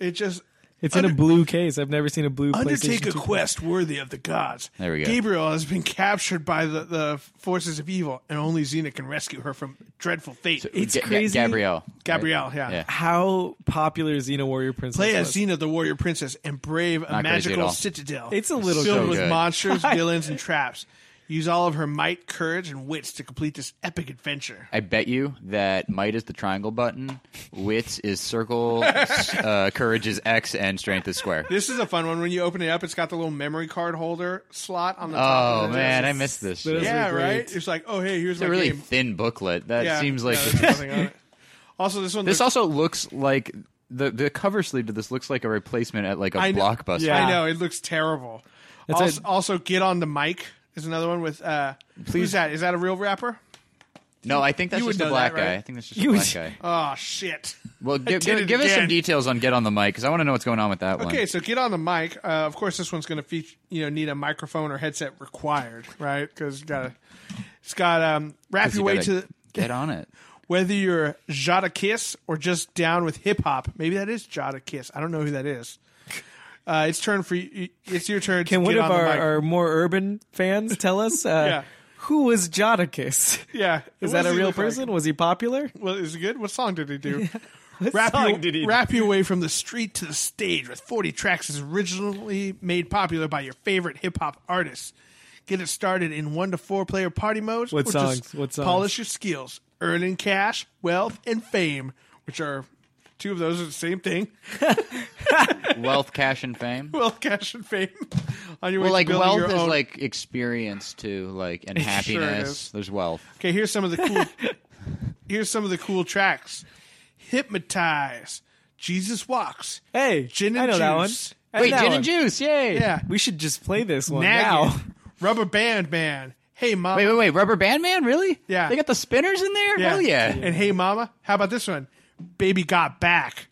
It just
It's in a blue case. I've never seen a blue.
undertake
PlayStation
a
2.
quest worthy of the gods.
There we go.
Gabriel has been captured by the, the forces of evil, and only Xena can rescue her from dreadful fate.
It's
Ga- Ga-
crazy.
Gabrielle.
Gabrielle, yeah.
Yeah.
How popular Xena Warrior Princess
Play as
was.
Xena, the warrior princess, and brave a
Not crazy at
magical
all.
citadel.
It's a little
filled
so
with
good.
monsters, villains, and traps. Use all of her might, courage, and wits to complete this epic adventure.
I bet you that might is the triangle button, wits is circle, s- uh, courage is X, and strength is square.
This is a fun one. When you open it up, it's got the little memory card holder slot on the top.
Oh
of it.
man, I missed this. Shit.
Those
It's
yeah,
are great.
right. It's like, oh hey, here's
a
my
really
game.
thin booklet. That
Yeah,
seems like
no, there's nothing on it. Also, this one.
this.
looks-
Also looks like the the cover sleeve to this looks like a replacement at like a
I know-
blockbuster.
Yeah.
I know it looks terrible. Also, also, get on the mic is another one with. Uh, Who's that? Is that a real rapper?
No, I think that's
You would
just a
know
black
that, right?
guy. I think that's just
You
a
would-
black guy.
Oh shit.
Well,
I
give,
did it
give, give us some
again.
details on Get on the Mic because I want to know what's going on with that one.
Okay, so get on the mic. Uh, of course, this one's going to feature you know need a microphone or headset required, right? Because you got to. It's got um wrap
'Cause
your
you
way
gotta
to
get on it.
whether you're Jada Kiss or just down with hip hop. Maybe that is Jada Kiss. I don't know who that is. Uh, it's turn for you. It's your turn.
Can
to
one
get
of
on
our,
the mic.
our more urban fans tell us uh,
Yeah.
who was Jodicus?
yeah?
Is
What
that
does
a
he
real
look like?
person? Was he popular?
Well, is it good? What song did he do?
What
Rap,
song
your,
did he do?
rap your way from the street to the stage with 40 tracks is originally made popular by your favorite hip hop artists. Get it started in one to four player party modes.
What
or
songs?
Just
What songs?
Polish your skills, earning cash, wealth, and fame, which are two of those are the same thing.
Wealth, cash, and fame.
Wealth, cash, and fame. On your way
Well,
to
like
building
wealth
your
is
own-
like experience too, like and
is.
happiness. There's wealth.
Okay, here's some of the cool. here's some of the cool tracks. Hypnotize. Jesus walks.
Hey,
Gin and
I know that one.
juice.
I know
Wait,
that
gin
one.
and juice, yay!
Yeah.
We should just play this one
Nagging.
now.
Rubber Band Man. Hey, Mama.
Wait, wait, wait! Rubber Band Man, really?
Yeah.
They got the spinners in there. Hell yeah!
And Hey, Mama. How about this one? Baby Got Back.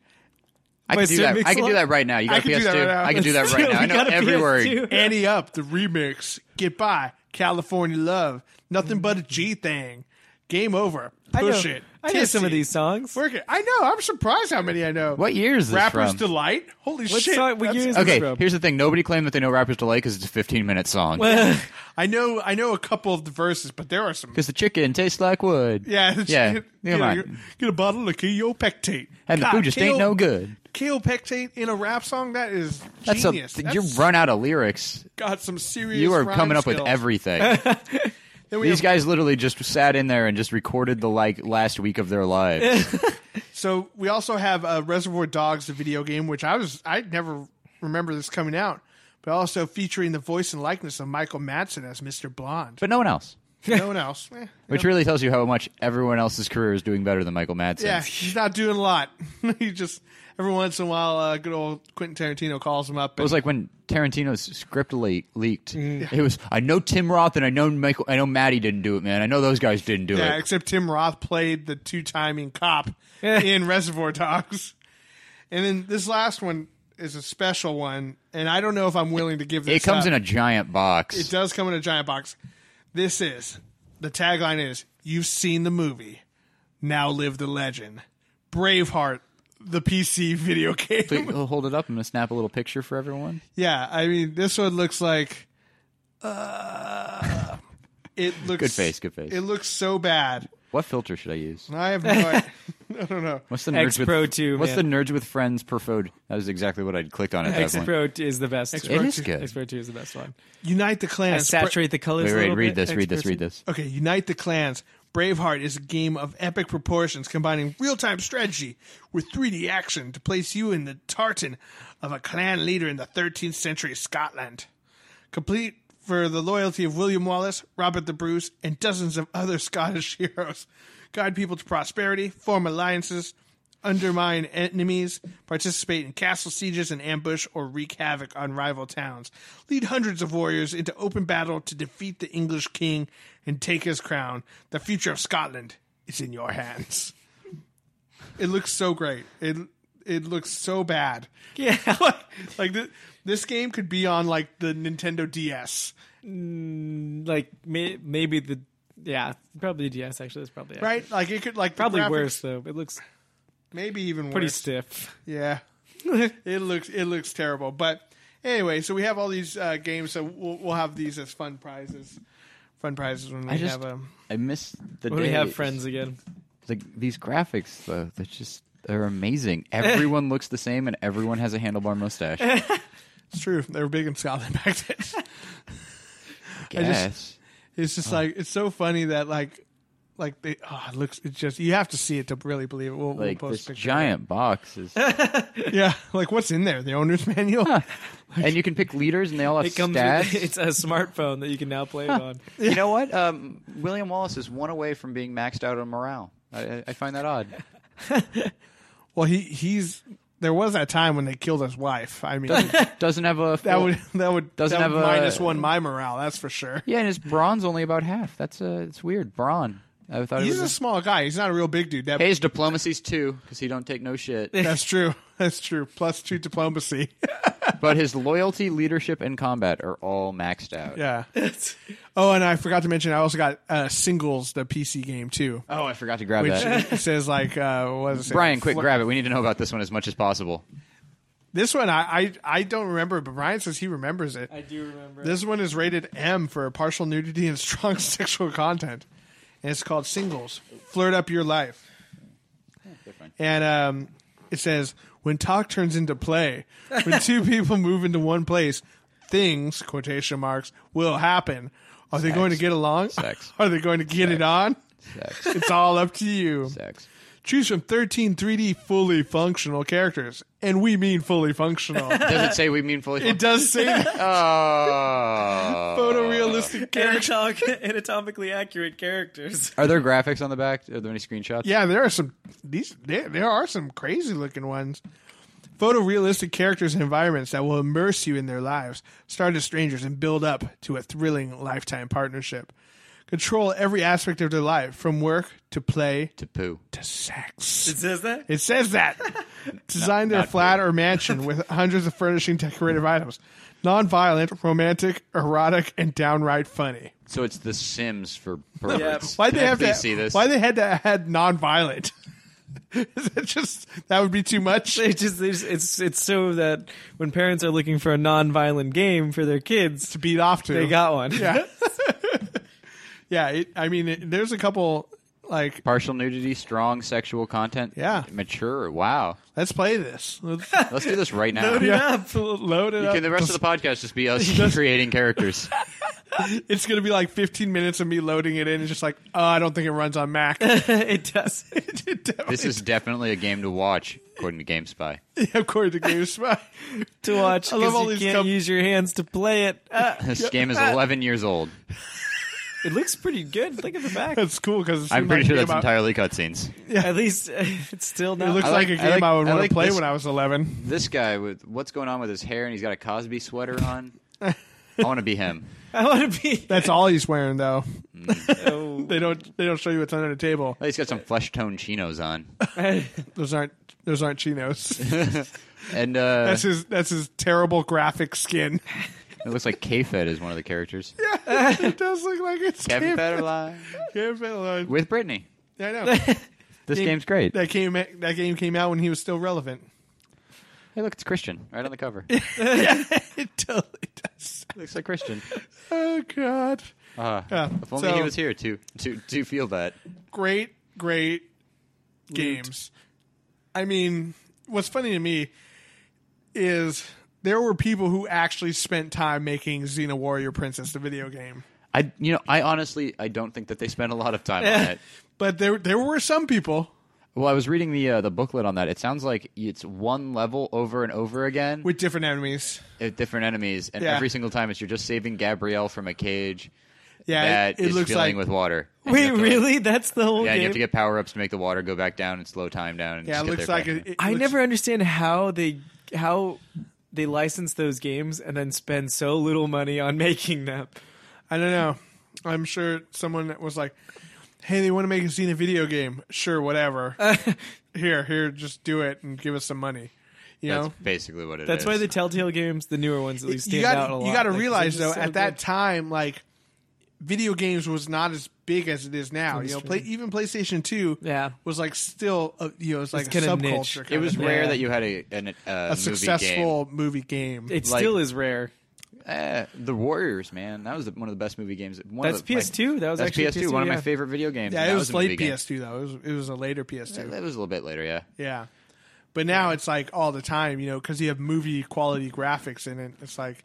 I can
Wait,
do
so it
that.
makes
I can
a
do
lot-
that right now. You
I
got a
can do
PS2.
that right now.
I can do that right now. I
We
know
got a
every word.
PS2.
Annie Up, the remix. Get By. California Love. Nothing but a G thing. Game Over.
I know,
Push It.
I know some
Tipsy.
of these songs.
Work it. I know. I'm surprised how many I know.
What year is this
Rappers
from?
Delight. Holy
What
shit.
song- what
That's-
year is it?
Okay,
Rob.
here's the thing. Nobody claimed that they know Rapper's Delight because it's a 15 minute song. Because
I know I know a couple of the verses, but there are some
the chicken tastes like wood.
Yeah,
Yeah,
Get,
come
a-
on.
get a bottle of keopectate.
And the
God,
food just ain't
keo-
no good.
Keopectate in a rap song? That is
That's
genius.
a.
That's
You run out of lyrics.
got some serious
You are
rhyme
coming up with
skills.
everything.
Then we
These
have-
guys literally just sat in there and just recorded the like last week of their lives.
So we also have uh, Reservoir Dogs, the video game, which I was I never remember this coming out. but also featuring the voice and likeness of Michael Madsen as Mr. Blonde.
but no one else.
no one else. Eh,
Which really tells you how much everyone else's career is doing better than Michael Madsen.
yeah, he's not doing a lot. he just every once in a while, uh, good old Quentin Tarantino calls him up.
It
And,
was like when Tarantino's script le- leaked.
Mm.
It was I know Tim Roth and I know Michael. I know Maddie didn't do it, man. I know those guys didn't do
yeah,
it.
except Tim Roth played the two timing cop in Reservoir Dogs. And then this last one is a special one, and I don't know if I'm willing to give this.
It comes
up.
in a giant box.
It does come in a giant box. This is the tagline is you've seen the movie, now live the legend. Braveheart, the PC video game.
Wait, we'll hold it up. I'm gonna snap a little picture for everyone.
Yeah, I mean this one looks like uh, it looks
Good face, good face.
It looks so bad.
What filter should I use?
I have no idea. I don't know.
What's the nerds with
X-Pro 2,
What's
man.
the nerds with friends preferred? That was exactly what I'd clicked on at that
X
point.
Pro is the best. X
It is good.
Pro Two is the best one.
Unite the
I
clans. Bra-
saturate the colors.
Wait,
a
wait,
little
read
bit.
this, read this, read this.
Okay, Unite the Clans. Braveheart is a game of epic proportions combining real time strategy with 3D action to place you in the tartan of a clan leader in the 13th century Scotland. Complete for the loyalty of William Wallace, Robert the Bruce, and dozens of other Scottish heroes. Guide people to prosperity, form alliances, undermine enemies, participate in castle sieges and ambush, or wreak havoc on rival towns. Lead hundreds of warriors into open battle to defeat the English king and take his crown. The future of Scotland is in your hands. It looks so great. It it looks so bad.
Yeah,
Like this, this game could be on like the Nintendo DS,
like may, maybe the yeah probably DS actually. That's probably accurate.
right? Like it could like the
Probably
graphics-
worse though. It looks
maybe even
pretty
worse.
stiff.
Yeah, it looks it looks terrible. But anyway, so we have all these uh, games, so we'll, we'll have these as fun prizes. Fun prizes when we
I just
have um
I missed the
When
day.
we have friends again.
Like these graphics though, they're just they're amazing. Everyone looks the same and everyone has a handlebar mustache. I
It's true. They were big in Scotland back then.
guess.
it's
Oh.
just like it's so funny that like like they oh it looks it's just you have to see it to really believe it. We'll,
like
we'll
this
post a picture.
giant box is
yeah, like what's in there? The owner's manual.
and you can pick leaders and they all have
It comes.
stats.
With, it's a smartphone that you can now play it on.
you know what? Um, William Wallace is one away from being maxed out on morale. I- I, I find that odd.
Well, he he's there was that time when they killed his wife. I mean, that
Doesn't have a full-
would that would
Doesn't
that
have
would
a-
minus one my morale. That's for sure.
yeah, and his brawn's only about half. That's uh, it's weird. Brawn. I thought
He's
it
a
was.
small guy. He's not a real big dude. That,
hey, his diplomacy's two because he don't take no shit.
That's true. That's true. Plus two diplomacy.
but his loyalty, leadership, and combat are all maxed out.
yeah. oh, and I forgot to mention. I also got uh, singles, the PC game too,
Oh, I forgot to grab
which
that.
says like uh, what is it?
Brian, quick,
Fl-
grab it. We need to know about this one as much as possible.
This one I, I I don't remember, but Brian says he remembers it.
I do remember.
This one is rated M for partial nudity and strong sexual content. And it's called Singles Flirt Up Your Life. And um, it says When talk turns into play, when two people move into one place, things, quotation marks, will happen. Are they going to get along?
Sex.
Are they going to get it on?
Sex.
It's all up to you.
Sex.
Choose from 13 3D fully functional characters. And we mean fully functional.
Does it say we mean fully?
it does say that
Oh.
photorealistic characters.
Anatomic, anatomically accurate characters.
Are there graphics on the back? Are there any screenshots?
Yeah, there are some these there, there are some crazy looking ones. Photorealistic characters and environments that will immerse you in their lives, start as strangers and build up to a thrilling lifetime partnership. Control every aspect of their life, from work to play
To poo.
to sex.
It says that.
It says that. Design their flat or mansion with hundreds of furnishing decorative items. Non-violent, romantic, erotic, and downright funny.
So it's The Sims for perverts.
Why'd
Can
they
I
have to
please see this?
Why they had to add non-violent? Is that just that would be too much?
It just, it's it's it's so that when parents are looking for a non-violent game for their kids,
to beat off to.
they got one.
yeah, yeah. It, I mean, it, there's a couple like
Partial nudity, strong sexual content.
Yeah.
Mature. Wow.
let's play this. Let's,
Let's do this right now.
Load it up. Load it up.
Can the rest of the podcast just be us creating characters?
it's gonna be like 15 minutes of me loading it in and just like, oh, I don't think it runs on Mac.
it does.
It definitely-
This is definitely a game to watch. according to GameSpy.
according to GameSpy.
to watch
I love all
because you
these
can't
com-
use your hands to play it. Ah,
This game is 11 years old.
it looks pretty good. Look at the back.
That's cool because
I'm pretty sure that's
about,
entirely cutscenes.
At least uh, it's still
It
not.
looks
I
like,
like-
a
I
game I,
like-
would
I
want
like
to play
this-
when I was 11.
This guy with what's going on with his hair, and he's got a Cosby sweater on. I want to be him.
I want to be.
That's all he's wearing though.
Oh.
They don't they don't show you what's under the table.
Oh, he's got some flesh tone chinos on,
Those aren't those aren't chinos.
and uh,
That's his that's his terrible graphic skin.
it looks like K-Fed is one of the characters.
it does look like it's
Kevin
Kevin
Federline
Kevin Federline.
with Brittany.
I know
This game's great.
that came that game came out when he was still relevant.
Hey, look, it's Christian right on the cover.
It totally does.
looks like Christian.
Oh god,
Uh,
Yeah,
if only he
so-
was here to to to feel that.
great great games. I mean, what's funny to me is there were people who actually spent time making Xena Warrior Princess the video game.
I you know I honestly I don't think that they spent a lot of time on it.
But there there were some people
Well, I was reading the uh, the booklet on that. It sounds like it's one level over and over again with
with different enemies.
different enemies, and
Yeah.
every single time it's you're just saving Gabrielle from a cage
Yeah,
that
it,
is
it looks
filling
like
with water. And you
Wait,
have to, like-
really? That's the whole
yeah, and
game.
you have to get power ups to make the water go back down and slow time down. And
yeah,
just
it
get
looks
there
like
faster.
it, it
I
looks-
never understand how they how they license those games and then spend so little money on making them.
I don't know. I'm sure someone that was like, "Hey, they want to make a Xena video game. Sure, whatever. here, here, just do it and give us some money." You
That's
know,
basically what it is.
That's why the Telltale games, the newer ones at least, stand
you got
out a lot.
you got to
Like, 'cause
realize
they're
though,
just so
at that
good.
time, like video games was not as big as it is now. You know, play, even PlaySation Two,
Yeah.
was like still a, you know, it's like a
kinda niche.
subculture.
it
kinda
was
thing.
rare
Yeah.
that you had a an, uh,
a
movie game.
successful movie game.
it
like-
still is rare.
Eh, the Warriors, man, that was the, one of the best movie games. One
That's
of the, like-
PS2. That was
that's
actually
PS2, one of
yeah.
my favorite video games.
yeah,
and
it
that
was,
was a movie
late
game.
PS2 though. It was it was a later PS2.
That was a little bit later, yeah.
Yeah. But now it's like all the time, you know, because you have movie quality graphics in it. It's like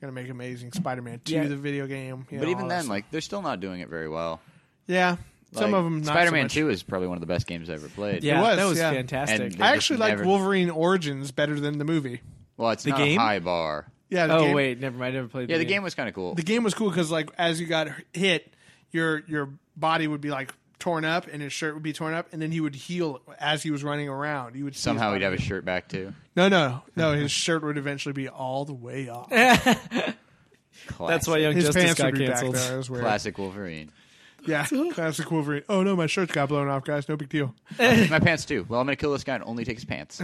they're gonna make Amazing Spider-Man two
Yeah.
the video game. you
But
know,
even
all that
then,
stuff.
like they're still not doing it very well.
yeah, some
Like,
of them. Not
Spider-Man
so much.
Two is probably one of the best games I ever played.
Yeah,
was,
that was
yeah.
fantastic.
And-
I
They
actually
just
like
never-
Wolverine Origins better than the movie.
Well, it's not
game?
a high bar.
Yeah. The
oh
game,
wait, never mind. I never played.
Yeah, the game was kind of cool.
the game was cool because like as you got hit, your your body would be like torn up and his shirt would be torn up, and then he would heal as he was running around. You would see his
Somehow he'd
body.
have Mm-hmm. his shirt back too.
no no no his shirt would eventually be all the way off.
That's why Young
His
Justice
pants
got
would be
canceled.
back there. It was weird.
classic Wolverine.
Yeah, classic Wolverine. Oh no, my shirt got blown off, guys. No big deal.
My pants too. Well, I'm gonna kill this guy and only take his pants.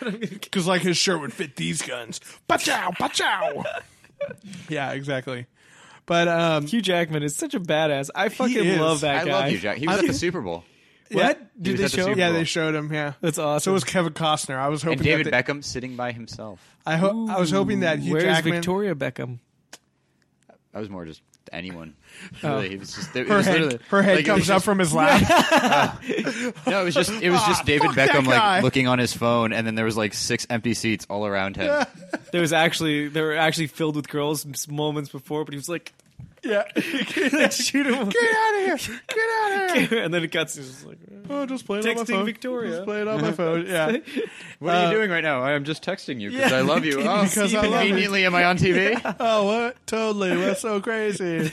Because like his shirt would fit these guns. Pachow, pachow. yeah, exactly. But um,
Hugh Jackman is such a badass. I fucking
is.
love that
I
guy.
love you, Jack. He was
I-
at the Super Bowl.
What
He was
did they
at the
show?
Super
yeah,
Bowl.
they showed him. Yeah,
That's awesome.
so was Kevin Costner. I was hoping
And David
that they-
Beckham sitting by himself.
I, ho- I was hoping that Hugh
Where's
Jackman.
Victoria Beckham?
I was more just anyone. Really, he was just. It
Oh. Her
was
head,
literally-
her head
like, it was
comes up
just-
from his lap.
No, it was just. It was just
Ah,
David
fuck that
Beckham
guy.
like looking on his phone, and then there was like six empty seats all around him.
There was actually they were actually filled with girls s- moments before, but he was like,
yeah,
like shoot him,
get out of here! Get out of here!
and then it cuts. He's just like,
Oh, just play it on my
Texting
phone.
Victoria.
Just play it on my phone. Yeah,
What are you doing right now? I am just texting you because
Yeah.
I love you. Oh,
Uh, Because I love you.
conveniently, am I on TV?
Oh, what? Totally. That's so crazy.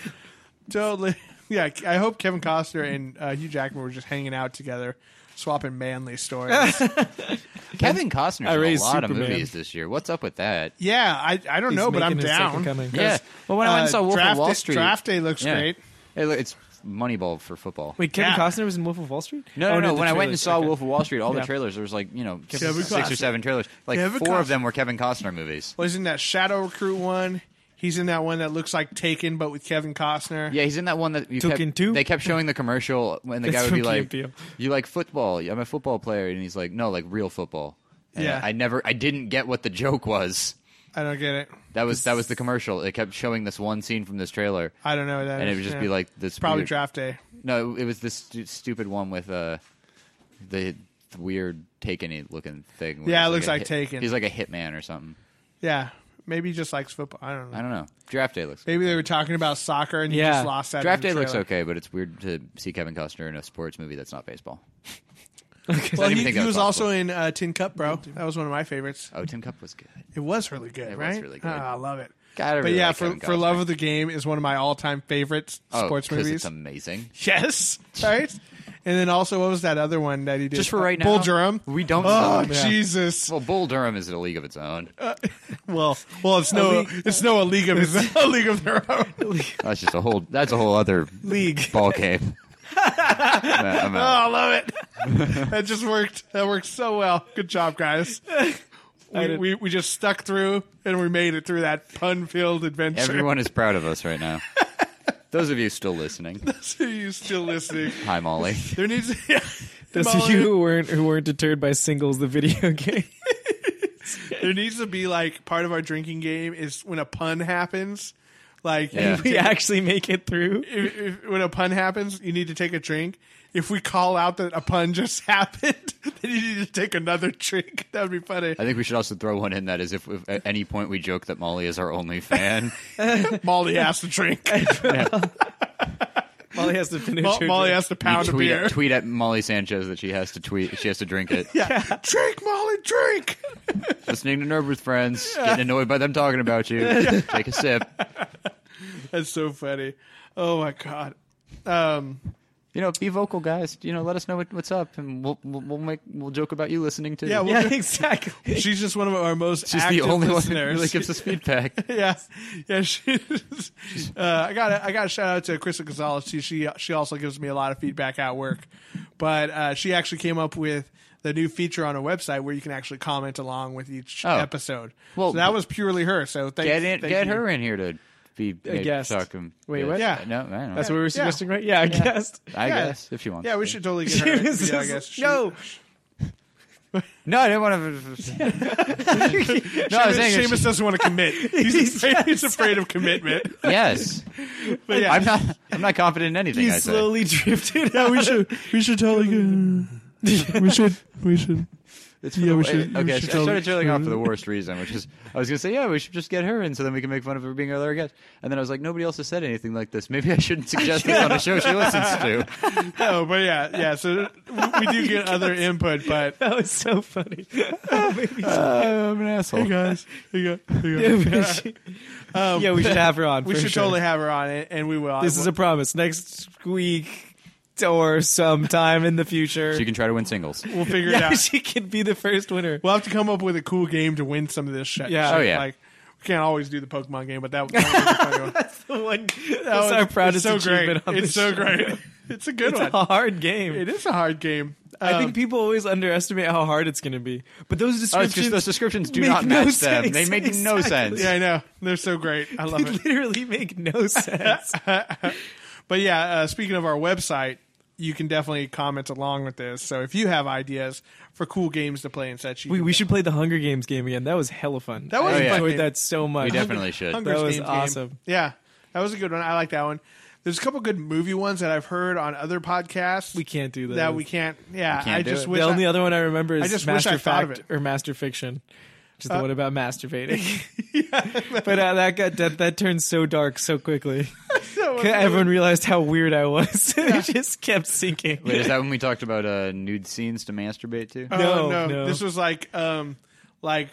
totally. Yeah, I hope Kevin Costner and uh, Hugh Jackman were just hanging out together, swapping manly stories.
Kevin Costner's
I
in a
raised
lot
Superman.
of movies this year. What's up with that?
yeah, I, I don't know, but I'm down.
Yeah. Well, when I went and saw Wolf
draft
of Wall
day,
Street,
Draft day looks
yeah.
great.
Hey, look, it's Moneyball for football.
Wait, Kevin
Yeah.
Costner was in Wolf of Wall Street?
No,
Oh,
no, no.
the
When I went and
trailers.
saw
Okay.
Wolf of Wall Street, all
Yeah.
the trailers there was like you know
Kevin
six
Costner.
or seven trailers. Like
Kevin
four
Costner.
of them were Kevin Costner movies.
Was in that Shadow Recruit one. He's in that one that looks like Taken, but with Kevin Costner.
Yeah, he's in that one that you
Took
kept,
in two?
They kept showing the commercial when the
That's
guy would
from
be like,
Key and Peele.
"You like football? I'm a football player," and he's like, "No, like real football." And
Yeah.
I never, I didn't get what the joke was.
I don't get it.
That was that was the commercial. It kept showing this one scene from this trailer,
I don't know what that
and it
is.
would just
Yeah.
be like this.
probably
weird-
draft day.
No, it was this stu- stupid one with uh, the the weird taken looking thing. where
Yeah,
he's
it looks
a
like
hit-
Taken.
He's like a hitman or something.
Yeah, maybe he just likes football. I don't know.
I don't know. Draft day looks.
Maybe they were talking about soccer and he
Yeah.
just lost that. in
Draft
the
day looks
trailer.
okay, but it's weird to see Kevin Costner in a sports movie that's not baseball. 'Cause
Well,
I didn't
he,
think that
he was
possible.
also in uh, Tin Cup, bro. That was one of my favorites.
Oh, Tin Cup was good.
It was really good,
It was
right?
really good.
Ah, I love it.
God, I
but
really
yeah,
like
for
Kevin
for
Costner.
love of the game is one of my all time favorite
Oh,
sports
'cause
movies.
It's amazing.
yes, right. And then also, what was that other one that he did?
Just for right now,
Bull Durham.
We don't.
Oh
know.
Jesus!
Well, Bull Durham is in a league of its own.
Well, well, it's no,
league-
it's no a league of his, a league of their own.
That's just a whole. That's a whole other
League.
ball game. I'm out- I'm
Oh,
out.
I love it. that just worked. That worked so well. Good job, guys. We,
did-
we, we just stuck through and we made it through that pun filled adventure.
Everyone is proud of us right now. Those of you still listening,
so you still listening?
hi Molly.
There needs to
Those of
Molly,
you who weren't who weren't deterred by singles, the video game.
there needs to be like part of our drinking game is when a pun happens, like
Yeah.
we actually make it through.
if, if, when a pun happens, you need to take a drink. If we call out that a pun just happened, then you need to take another drink. That would be funny.
I think we should also throw one in that is if, if at any point we joke that Molly is our only fan.
Molly has to drink.
Molly has to finish.
Mo-
her
Molly
drink.
has to
we
pound a
tweet,
beer.
tweet at Molly Sanchez that she has to tweet. She has to drink it.
Yeah. Drink, Molly, drink.
Listening to Nerd with friends, getting annoyed by them talking about you. Take a sip.
That's so funny. Oh my god. Um,
You know, be vocal, guys. You know, let us know what, what's up, and we'll, we'll we'll make we'll joke about you listening too.
Yeah, we'll-
Yeah, exactly.
she's just one of our most
she's the
active
only one who
listeners.
really gives us feedback.
yeah, yeah. She, uh, I got I got to shout out to Krista Gonzalez. She, she she also gives me a lot of feedback at work, but uh, she actually came up with the new feature on her website where you can actually comment along with each
Oh.
episode.
Well,
so that was purely her. So thank,
Get in,
thank
get
you.
her in here to be a
guest.
Talking.
Wait, what?
Yeah.
No, I don't know.
That's what we were suggesting, right? Yeah, I guess.
I
yeah.
guess if you want.
Yeah, we should totally get her. in.
This
Yeah, I
is-
guess. She-
no.
No, I didn't want to. no, I was
Seamus,
saying.
Seamus doesn't want to commit. He's afraid, he's afraid of commitment.
yes.
But yeah,
I'm not. I'm not confident in anything.
You
I said.
slowly drifted.
yeah, we should we should totally get, we should we should
It's
Yeah,
yeah,
we should- we
okay,
should
I
tell-
started trailing off for the worst reason, which is I was gonna say, yeah, we should just get her in, so then we can make fun of her being our other guest. And then I was like, nobody else has said anything like this. Maybe I shouldn't suggest this on a show she listens to.
no, but yeah, yeah. So we- we do get other input, but
That was so funny.
Uh, I'm an
hey
asshole.
guys, hey guys, hey guys.
yeah, we should have her on.
Um, we
for
should
sure.
totally have her on it, and we will.
This is a promise. Next week or sometime in the future,
She can try to win singles.
we'll figure it
yeah,
out.
she could be the first winner.
We'll have to come up with a cool game to win some of this shit.
Yeah.
Shit,
Oh, yeah.
Like we can't always do the Pokemon game, but that, that was a funny one.
That's the one.
That
That's
was-
our proudest
it's so
achievement
great.
on
It's
this
so
show.
great. It's a good
It's
one.
a hard game.
It is a hard game.
I
Um,
think people always underestimate how hard it's going to be. But
Oh,
those
it's
descriptions,
just those descriptions do
make
not
no
match them. They
sense.
make no
Exactly.
sense.
yeah, I know they're so great. I love
they
it.
literally make no sense.
But yeah, uh, speaking of our website, you can definitely comment along with this. So if you have ideas for cool games to play and such, you
we,
can
we should play the Hunger Games game again. That was hella fun.
That was
I
a fun
enjoyed
game.
that so much.
We definitely should.
Hunger
That was
Games game.
awesome.
Yeah, that was a good one. I like that one. There's a couple good movie ones that I've heard on other podcasts.
We can't do that.
that we can't. Yeah,
can't
I
do
just
it.
wish
the
I-
only other one I remember is
I just wish
Master
I thought of
Fact
it. Uh,
or Master Fiction, which is the one about masturbating. but uh, that got that, that turned so dark so quickly.
that one-
Everyone realized how weird I was. it just kept sinking.
Wait, is that when we talked about uh, nude scenes to masturbate to?
Oh,
No,
no,
no.
This was like, um, like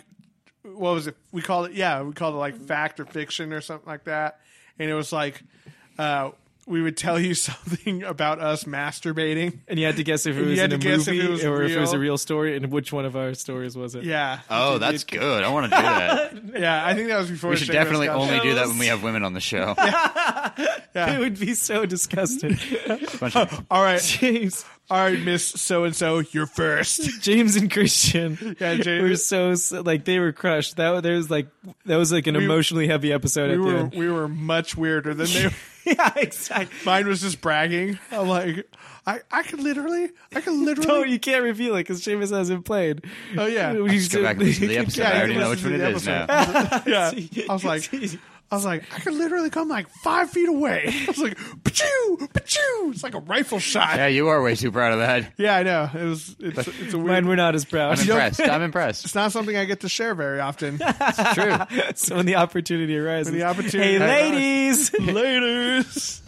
what was it? We called it. Yeah, we called it like fact or fiction or something like that. And it was like, uh, we would tell you something about us masturbating.
And you had to guess if it was
had
in a
to guess if
movie
it was
or if it was a
real.
real story, and which one of our stories was it?
Yeah,
Oh, that's good. I want to do that.
yeah. I think that was before.
We should
Cigarettes
definitely
got
only
shut.
do that when we have women on the show.
It would be so disgusting.
Bunch of-
All right,
James,
all right, Miss So and So, you're first.
James and Christian.
Yeah, James-
were so so- like they were crushed. That there was like that was like an emotionally heavy episode
We
at the
were
end.
we were much weirder than they.
yeah, exactly.
Mine was just bragging. I'm like, I I could literally, I could literally.
No, you can't reveal it because Seamus hasn't played.
oh yeah,
We
Just go back and listen to the
could-
episode.
yeah,
I
you
already
can
know which
listen
one it
to
is
the
now.
yeah. I was like, I was like, I could literally come like five feet away. I was like, pachoo, pachoo. It's like a rifle shot.
Yeah,
Yeah,
you are way too proud of that.
I know. It was. It's, it's a weird.
mine were not as proud.
I'm impressed. I'm impressed.
it's not something I get to share very often.
It's true.
so when the opportunity arises,
When the opportunity
hey ladies,
Ladies.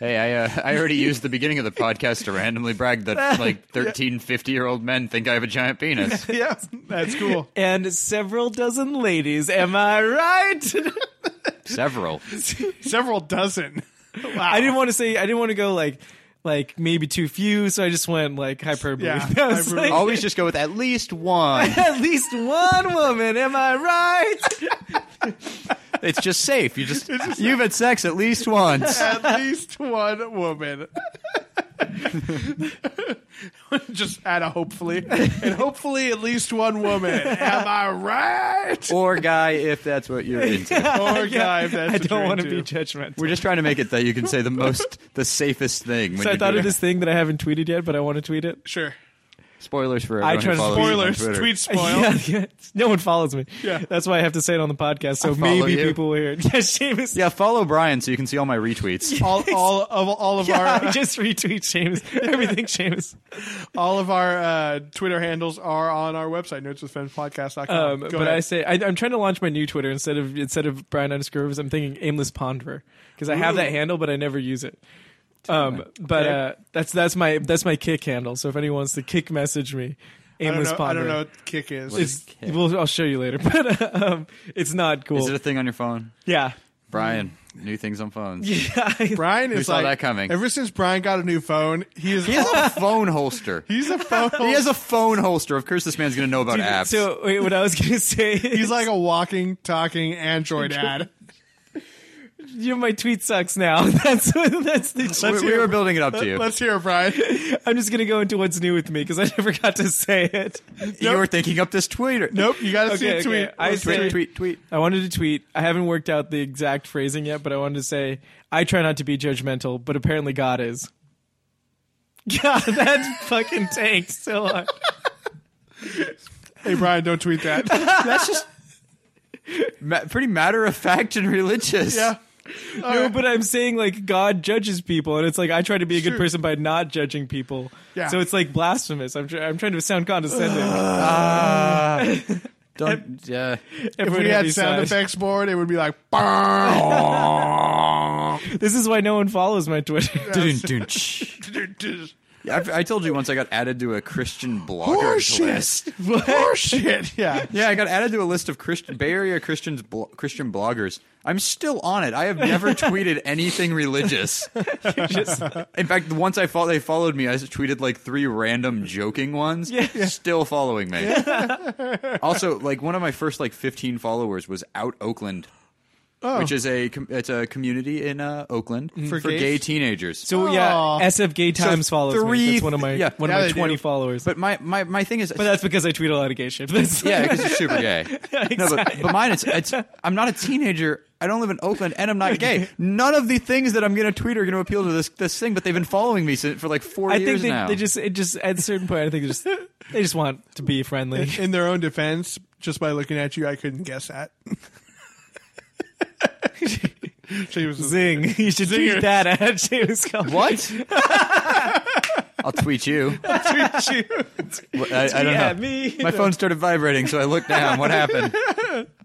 Hey, I uh, I already used the beginning of the podcast to randomly brag that like 13, 50 year old men think I have a giant penis.
yeah, that's cool.
and several dozen ladies. Am I right?
Several.
Several dozen. Wow.
I didn't want to say. I didn't want to go like, like maybe too few. So I just went like hyperbole.
Yeah,
I was
hyperbole.
like,
Always just go with at least one.
at least one woman. Am I right?
It's just safe. You just, you've had sex at least once.
at least one woman. Just add a hopefully, and hopefully at least one woman. Am I right?
or guy, if that's what you're into.
Or guy, if that's
I
what
don't
you're
want to
into.
be judgmental.
We're just trying to make it that you can say the most, the safest thing. When
So I
you
thought
do
of this thing that I haven't tweeted yet, but I want to tweet it.
Sure.
Spoilers for
I
everyone.
try
who
to
follows you on
Spoilers.
Twitter.
Tweet spoil.
Yeah, yeah. No one follows me.
Yeah.
That's why I have to say it on the podcast. So
follow
maybe
you.
people will hear it. Yeah, Seamus.
Yeah, follow Brian so you can see all my retweets.
All, all of all of
Yeah, I
our
just retweet Seamus. Everything Seamus.
all of our uh, Twitter handles are on our website, nerdeswithfriendspodcast.com.
Um,
Oh, Go
but
ahead.
I say I, I'm trying to launch my new Twitter instead of instead of Brian underscore because I'm thinking aimless ponderer because I have that handle but I never use it. Um, but uh, that's that's my that's my kick handle. So if anyone wants to kick message me,
I don't
aimless
know. I
ponderer.
don't know what kick is.
It's, well, I'll show you later. But uh, um, it's not cool.
Is it a thing on your phone?
yeah,
Brian, new things on phones.
yeah.
Brian is
saw
like
that coming.
Ever since Brian got a new phone, he is
He has a phone holster.
he's a phone.
He has a phone holster. Of course, this man's going to know about apps.
So wait, what I was gonna say,
he's like a walking, talking Android ad.
you know, my tweet sucks now. That's that's the.
we, we were building it up to you.
Let's hear it, Brian.
I'm just gonna go into what's new with me because I never got to say it.
You were thinking up this tweeter. Oh,
Nope, you gotta see
Okay,
a tweet.
okay. I
Let's
say-
see.
Tweet, tweet, tweet.
I wanted to tweet. I haven't worked out the exact phrasing yet, but I wanted to say I try not to be judgmental, but apparently God is. God, that fucking tanked so hard.
hey Brian, don't tweet that.
That's just ma- pretty matter of fact and religious.
yeah,
No, but I'm saying like God judges people, and it's like I try to be a good
Sure.
person by not judging people.
Yeah.
So it's like blasphemous. I'm tr- I'm trying to sound condescending.
Uh, Don't. Uh,
if
Everyone
we
on
had
each
sound
side.
effects board, it would be like. "Bah."
This is why no one follows my Twitter.
I, I told you once I got added to a Christian blogger list.
Horseshit! Horseshit! Oh, Yeah,
Yeah, I got added to a list of Christian Bay Area Christians blo- Christian bloggers. I'm still on it. I have never tweeted anything religious.
Just-
In fact, once I fo- they followed me, I just tweeted like three random joking ones.
Yeah.
Still following me. also, like one of my first like 15 followers was out Oakland.
Oh.
Which is a com- it's a community in uh, Oakland for,
gays?
gay teenagers.
Mm-hmm.
Oh.
so yeah,
Aw.
SF Gay Times follows
three-
me. That's one of my
yeah,
one
yeah,
of
they
my
do.
20 followers. But,
but my, my, my thing is,
that's because I tweet a lot of gay shit. That's-
yeah, because it's super gay. No, but,
exactly.
but mine, it's, it's I'm not a teenager. I don't live in Oakland, and I'm not gay. None of the things that I'm going to tweet are going to appeal to this this thing. But they've been following me si- for like four
I
years
think they,
now.
they just it just at a certain point I think they just they just want to be friendly.
In their own defense, just by looking at you, I couldn't guess that. she was
Zing! You should tweet that at James Cullen.
what? I'll tweet you. What- I, I don't
yeah,
know.
me.
My phone started vibrating, so I looked down. What happened?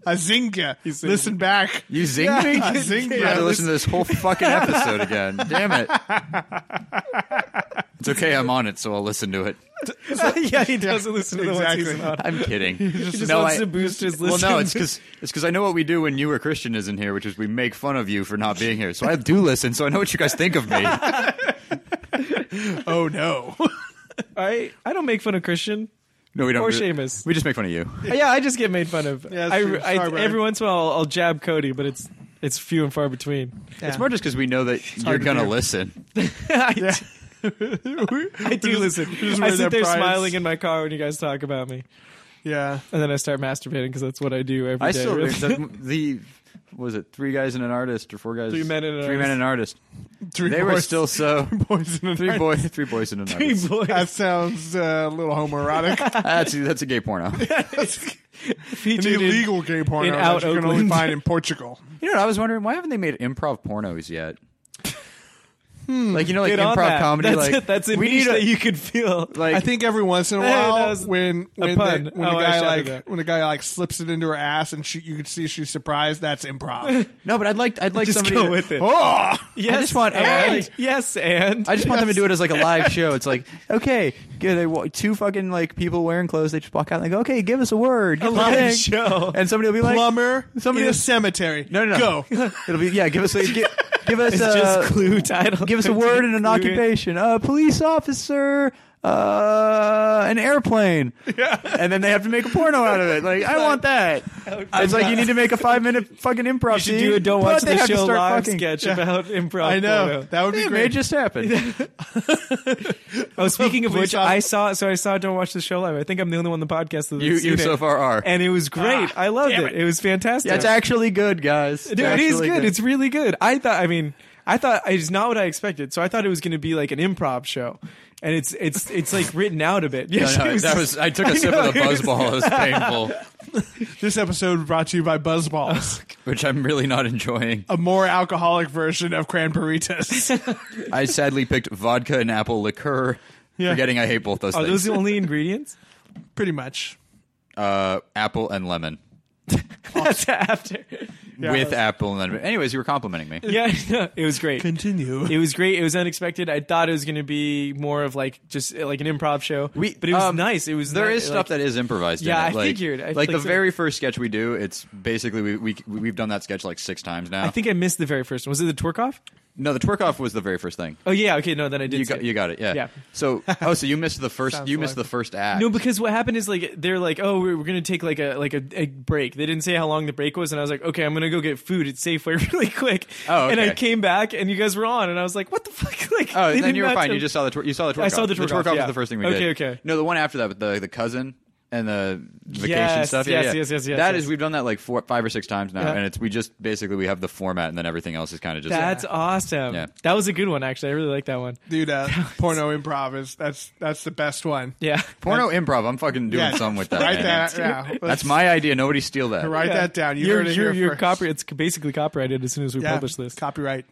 a zinga. Listen back.
You zinged me.
I zinged
I
you.
have to listen to this whole fucking episode again. Damn it. It's okay. I'm on it, so I'll listen to it.
yeah, he doesn't listen to the
exactly.
ones he's not.
I'm kidding.
He just wants to boost his
Well,
listen.
no, it's because it's because I know what we do when you or Christian isn't here, which is we make fun of you for not being here. So I do listen, so I know what you guys think of me.
Oh no!
I I don't make fun of Christian.
No, we don't.
Or
We-
Seamus.
We just make fun of you.
Yeah, I just get made fun of.
Yeah, that's
I,
true.
I-
Sorry, Brian.
every once in a while I'll, I'll jab Cody, but it's it's few and far between.
It's more just because we know that you're
hard to
gonna
do.
listen.
I, I
I
do listen. I sit there smiling in my car when you guys talk about me,
Yeah.
and then I start masturbating because that's what I do every day.
I still
really.
the, the what was it three guys and an artist or four guys
Three men and an
three men
artist.
and an artist.
Three
They were still so
boys in
three boy three boys and an
Hey,
artist.
boys.
That sounds uh, a little homoerotic.
That's that's a gay porno.
An
featured in-
illegal gay porno
in
that
out
you can only
Oakland.
find in Portugal.
You know, what I was wondering why haven't they made improv pornos yet? Like you know, like
Hmm. Get on
improv
that.
comedy.
That's
like
it. That's a
we
niche
need a,
that you could feel.
like
I think every once in a
Hey, that
while,
was
when when, the-
pun.
when
Oh,
the
I
guy
shouted
like
that.
when the guy like slips it into her ass and she, you can see she's surprised, that's improv.
no, but I'd like I'd like
Just
somebody
go
to-
with it.
oh,
Yes,
just want-
and.
and-
yes, and
I just want them to do it as like a live show. It's like, okay, yeah, they wa- two fucking like people wearing clothes. They just walk out and they go, okay, give us a word, give us
live
thing.
show.
and somebody will be like,
plumber
somebody
in a
just-
cemetery.
no, no, no,
go.
It'll be yeah, give us a give, give us
It's
a
just clue title.
uh, give us a word and an
Clue.
occupation. A police officer, uh, an airplane. Yeah. And then they have to make a porno out of it. Like, I want that. It's like you need to make a five minute fucking improv
You should
scene,
do a don't
but
watch
they
the
have to
show
start
live
fucking.
sketch about improv.
I know
photo.
that would be
It may
great.
just happen.
Oh, speaking of
Please
which,
stop.
I saw. So I saw. Don't watch the show live. I think I'm the only one on the podcast that
You-
has seen
you so
it.
far are.
and it was great.
Ah,
I loved
damn
it.
it.
it. was fantastic.
That's actually good, guys.
Dude, it is good. It's really good. I thought. I mean, I thought it's not what I expected. So I thought it was going to be like an improv show, and it's it's it's like written out a bit. Yeah,
No,
it
no, that was. I took a sip
know,
of the
it was-
buzzball. It was painful,
This episode brought to you by Buzzballs,
which I'm really not enjoying.
a more alcoholic version of cran burritos.
I sadly picked vodka and apple liqueur, forgetting I hate both those
Are
things.
those the only ingredients?
Pretty much.
uh, apple and lemon
That's after.
with apple and lemon. Anyways, you were complimenting me.
Yeah, no, it was great.
Continue.
It was great. It was unexpected. I thought it was going to be more of like just uh, like an improv show.
We-
but it was
um,
nice. It was
There
ni-
is
like-
stuff that is improvised. in
Yeah,
it.
I
like,
figured. I-
like,
like,
the
so-
very first sketch we do, it's basically we we we've done that sketch like six times now.
I think I missed the very first one. Was it the twerk off?
no, the twerk off was the very first thing.
Oh yeah. Okay. No, then I did.
You
see
got you got it. Yeah.
Yeah.
So oh, so you missed the first
Sounds
you missed the
like-
first act.
No, because what happened is like they're like, oh, we're, we're gonna take like a like a, a break. They didn't say how long the break was, and I was like, okay, I'm gonna go get food at Safeway really quick.
Oh,
and I
okay.
came back, and you guys were on, and I was like, what the fuck? Like,
Oh,
they
then
did
you were
not
fine.
tell-
You just saw the twerk. You saw the twerk.
I saw
off.
the twerk
twerk
off,
off
yeah.
was the first thing we
Okay,
did.
okay.
No, the one after that, with the the cousin and the vacation
Yes,
stuff.
yes,
yeah, yeah.
yes, yes, yes,
That
yes.
is- we've done that like four, five or six times now,
Yeah.
and it's we just basically we have the format, and then everything else is kind of just.
That's awesome.
Yeah.
That was a good one, actually. I really like that one.
Dude, uh, porno improv is that's that's the best one.
Yeah.
Porno improv. I'm fucking doing
Yeah,
something with that.
Write
man.
that. Yeah,
That's
Let's
my idea. Nobody steal that.
Write
Yeah.
that down. You
You're-
heard it
you're,
here
you're
first.
copy. It's basically copyrighted as soon as we
Yeah,
publish this.
Copyright.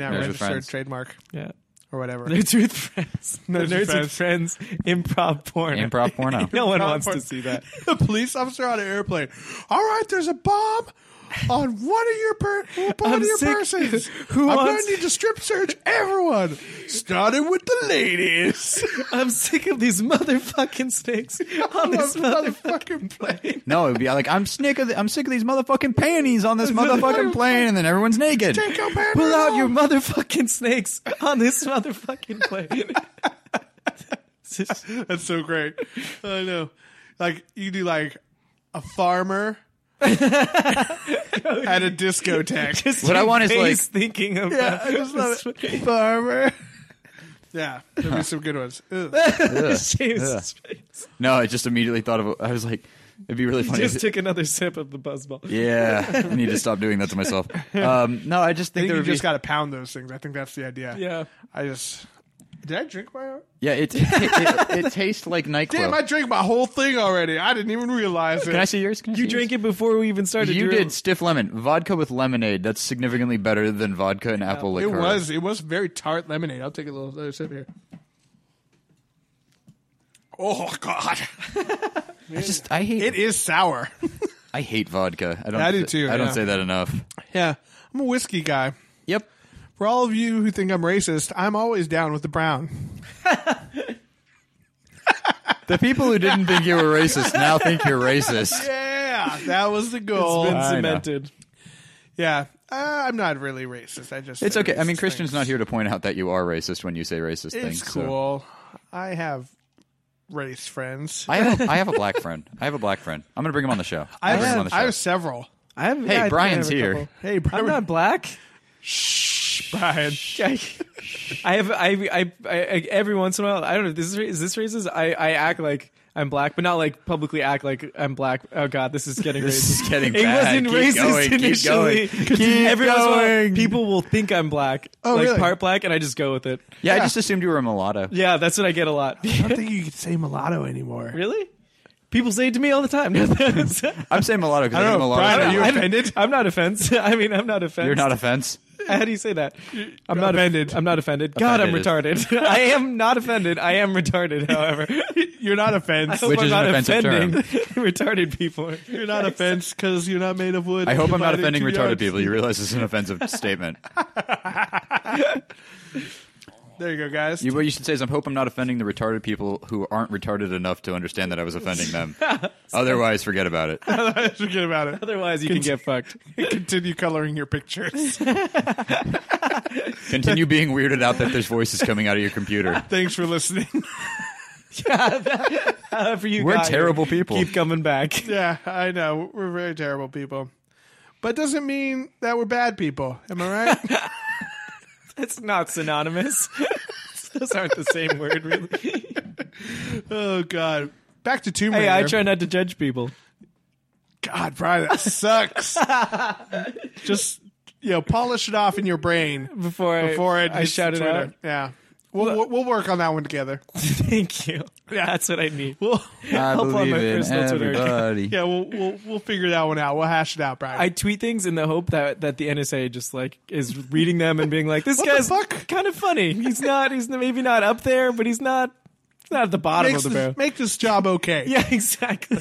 Right now,
Nerds with
registered
friends.
trademark
yeah.
or whatever.
Nerds with friends. The
Nerds with
Nerds with friends. Improv porn.
Improv porno.
No one
Improv
wants
porn.
to see that.
a police officer on an airplane. All right, there's a bomb on one of your per- one
I'm
of your
sick.
persons.
Who
I'm
wants-
gonna need to strip search everyone, starting with the ladies.
I'm sick of these motherfucking snakes on this motherfucking plane.
No, it'd be like I'm sick of the, I'm sick of these motherfucking panties on this motherfucking plane, and then everyone's naked.
Take your pants
Pull out
off.
your motherfucking snakes on this motherfucking plane. It's just-
That's so great. I know. Like you do like a farmer at a discotheque.
just
What I
your
want is,
face thinking of
Yeah, I just love it. Farmer. Yeah, there'll be some good ones. Ugh.
James' face.
No, I just immediately thought of. I was like, it'd be really funny.
Just
if-
took another sip of the buzzball.
yeah, I need to stop doing that to myself. Um, no, I just
I think
think, there
you
would be.
just got to pound those things. I think that's the idea.
Yeah.
I just did I drink my
yeah, it, it, it, it tastes like Nyquil.
Damn, I drank my whole thing already. I didn't even realize it.
Can I see yours? Can I see
You drank it before we even started.
yours? You
Drew.
did stiff lemon vodka with lemonade. That's significantly better than vodka and apple
it
liqueur.
was it was very tart lemonade. I'll take a little another sip here. Oh god.
I just I hate
It is sour.
I hate vodka. I don't.
Yeah, I do too,
I don't
yeah.
say that enough.
yeah. I'm a whiskey guy.
Yep.
For all of you who think I'm racist, I'm always down with the brown.
The people who didn't think you were racist now think you're racist.
Yeah, that was the
It's
goal.
been
I know.
cemented.
yeah. Uh, I'm not really racist. I just
It's
say
okay. I mean,
racist
Christian's
things.
not here to point out that you are racist when you say racist
It's
things. so-
cool. I have race friends.
I have a, I have a black friend. I have a black friend. I'm gonna bring him on the show.
I
I'll bring him on
have,
the
I
show.
have several.
I
Hey,
have, yeah, I think I
Brian's
have a
here.
couple.
Hey,
I'm
Brian.
not black.
Shh, Brian.
I, I have I, I I every once in a while I don't know if this is is this racist I I act like I'm black but not like publicly act like I'm black oh god this is getting
This
racist
is getting
it
bad.
wasn't
Keep
racist
going, keep
initially
going, keep
every once in a while,
going.
people will think I'm black
Oh,
like
really?
part black and I just go with it
yeah, I just assumed you were a mulatto.
yeah that's what I get a lot
I don't think you can say mulatto anymore.
really people say it to me all the time
I'm saying mulatto because
I
I,
don't
think
know,
mulatto.
Brian, are
I'm,
you
I'm,
offended?
I'm not offense I mean I'm not offense
you're not offense.
How do you say that? I'm not
Offended.
I'm not offended. God, I'm
Offended
retarded. I am not offended. I am retarded. However,
You're not offense.
Which
I'm
is
not
an offensive term.
offending retarded people.
You're not offense because you're not made of wood.
I hope I'm not
Divided
offending
into
retarded
yards.
people. You realize this is an offensive statement.
There you go, guys.
You, what you should say is, I hope I'm not offending the retarded people who aren't retarded enough to understand that I was offending them. Otherwise, forget about it.
Forget about it.
Otherwise, you can get fucked.
Continue coloring your pictures.
Continue being weirded out that there's voices coming out of your computer.
Thanks for listening.
However, you
We're
got here,
terrible people.
Keep coming back.
yeah, I know. We're very terrible people. But it doesn't mean that we're bad people. Am I right?
It's not synonymous. Those aren't the same word, really.
oh, God. Back to Tomb Raider.
Hey, I try not to judge people.
God, Brian, that sucks. Just, you know, polish it off in your brain
Before I,
before I,
I
just
shout it
Twitter.
out.
Yeah. We'll, we'll, we'll work on that one together.
Thank you. That's what I need.
I
Help on my believe in personal Twitter. everybody.
Yeah, we'll, we'll, we'll figure that one out. We'll hash it out, Brian.
I tweet things in the hope that that the NSA just like is reading them and being like, "This
the
guy's
fuck?
kind of funny. He's not. He's maybe not up there, but he's not. He's not at the bottom
Makes
of
this-
the barrel."
make this job okay.
Yeah, exactly.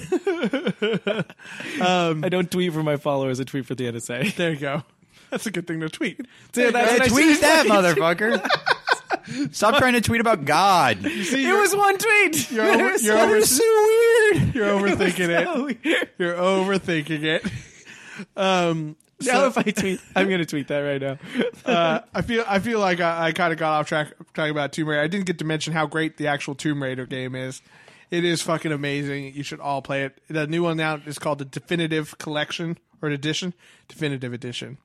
I don't tweet for my followers. I tweet for the NSA.
Um, There you go. That's a good thing to tweet.
that's what I
tweet
should
that
say.
motherfucker. Stop trying to tweet about God.
See,
It
you're-
was one tweet.
You're over-
It was
you're
so-
over-
it was so weird.
you're overthinking it.
So weird.
You're overthinking it. Um,
Now, if I tweet, I'm gonna tweet that right now.
uh, I feel I feel like I, I kind of got off track talking about Tomb Raider. I didn't get to mention how great the actual Tomb Raider game is. It is fucking amazing. You should all play it. The new one out is called the Definitive Collection or Edition, Definitive Edition,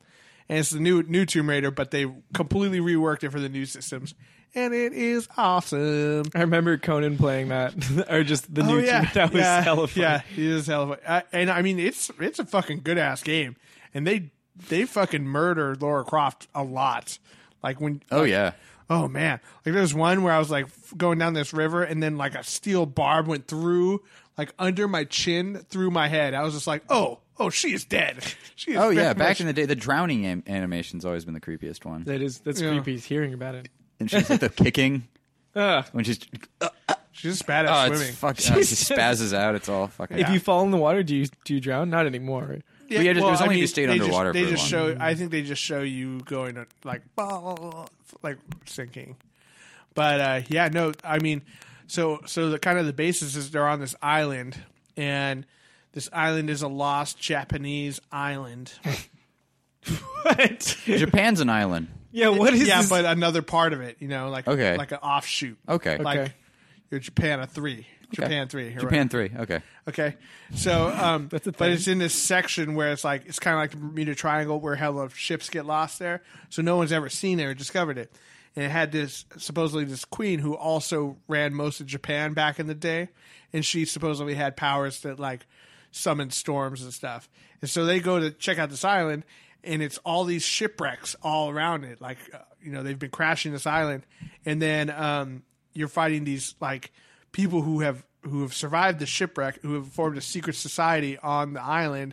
and it's the new new Tomb Raider, but they completely reworked it for the new systems, and it is awesome.
I remember Conan playing that, or just the new. tweet. That was
Oh, yeah,
hella funny.
Yeah, it is hella fun. I, and I mean, it's it's a fucking good ass game, and they they fucking murder Laura Croft a lot. Like when
Oh yeah.
oh man, like there's one where I was like f- going down this river, and then like a steel barb went through like under my chin through my head. I was just like, oh oh, she is dead. She is
Oh yeah.
very
Back
much-
in the day, the drowning am- animation's always been the creepiest one.
That is that's
Yeah.
creepy. Hearing about it.
And she's like the kicking
Ugh.
when she's
she's just bad at
oh, it's
swimming.
fuck. Oh, she spazzes out. It's all fucking.
If you fall in the water, do you do you drown? Not anymore. Right?
Yeah,
Well, yeah, just- it was only if you stayed
they
underwater
Just, they
for
just
long.
show. I think they just show you going to, like like sinking. But uh, yeah, no, I mean, so so the kind of the basis is they're on this island, and this island is a lost Japanese island.
What?
Japan's an island.
yeah. What is
yeah,
this?
but another part of it, you know, like
Okay.
like an offshoot.
Okay.
like
Okay.
you're Japan a three, Japan three, you're right.
Japan three. Okay.
Okay, so um,
a
but
thing.
it's in this section where it's like it's kind of like the Bermuda Triangle where hella ships get lost there, so no one's ever seen it or discovered it. And it had this supposedly this queen who also ran most of Japan back in the day, and she supposedly had powers that like summon storms and stuff. And so they go to check out this island, and it's all these shipwrecks all around it. Like uh, you know they've been crashing this island, and then um, you're fighting these like people who have who have survived the shipwreck who have formed a secret society on the island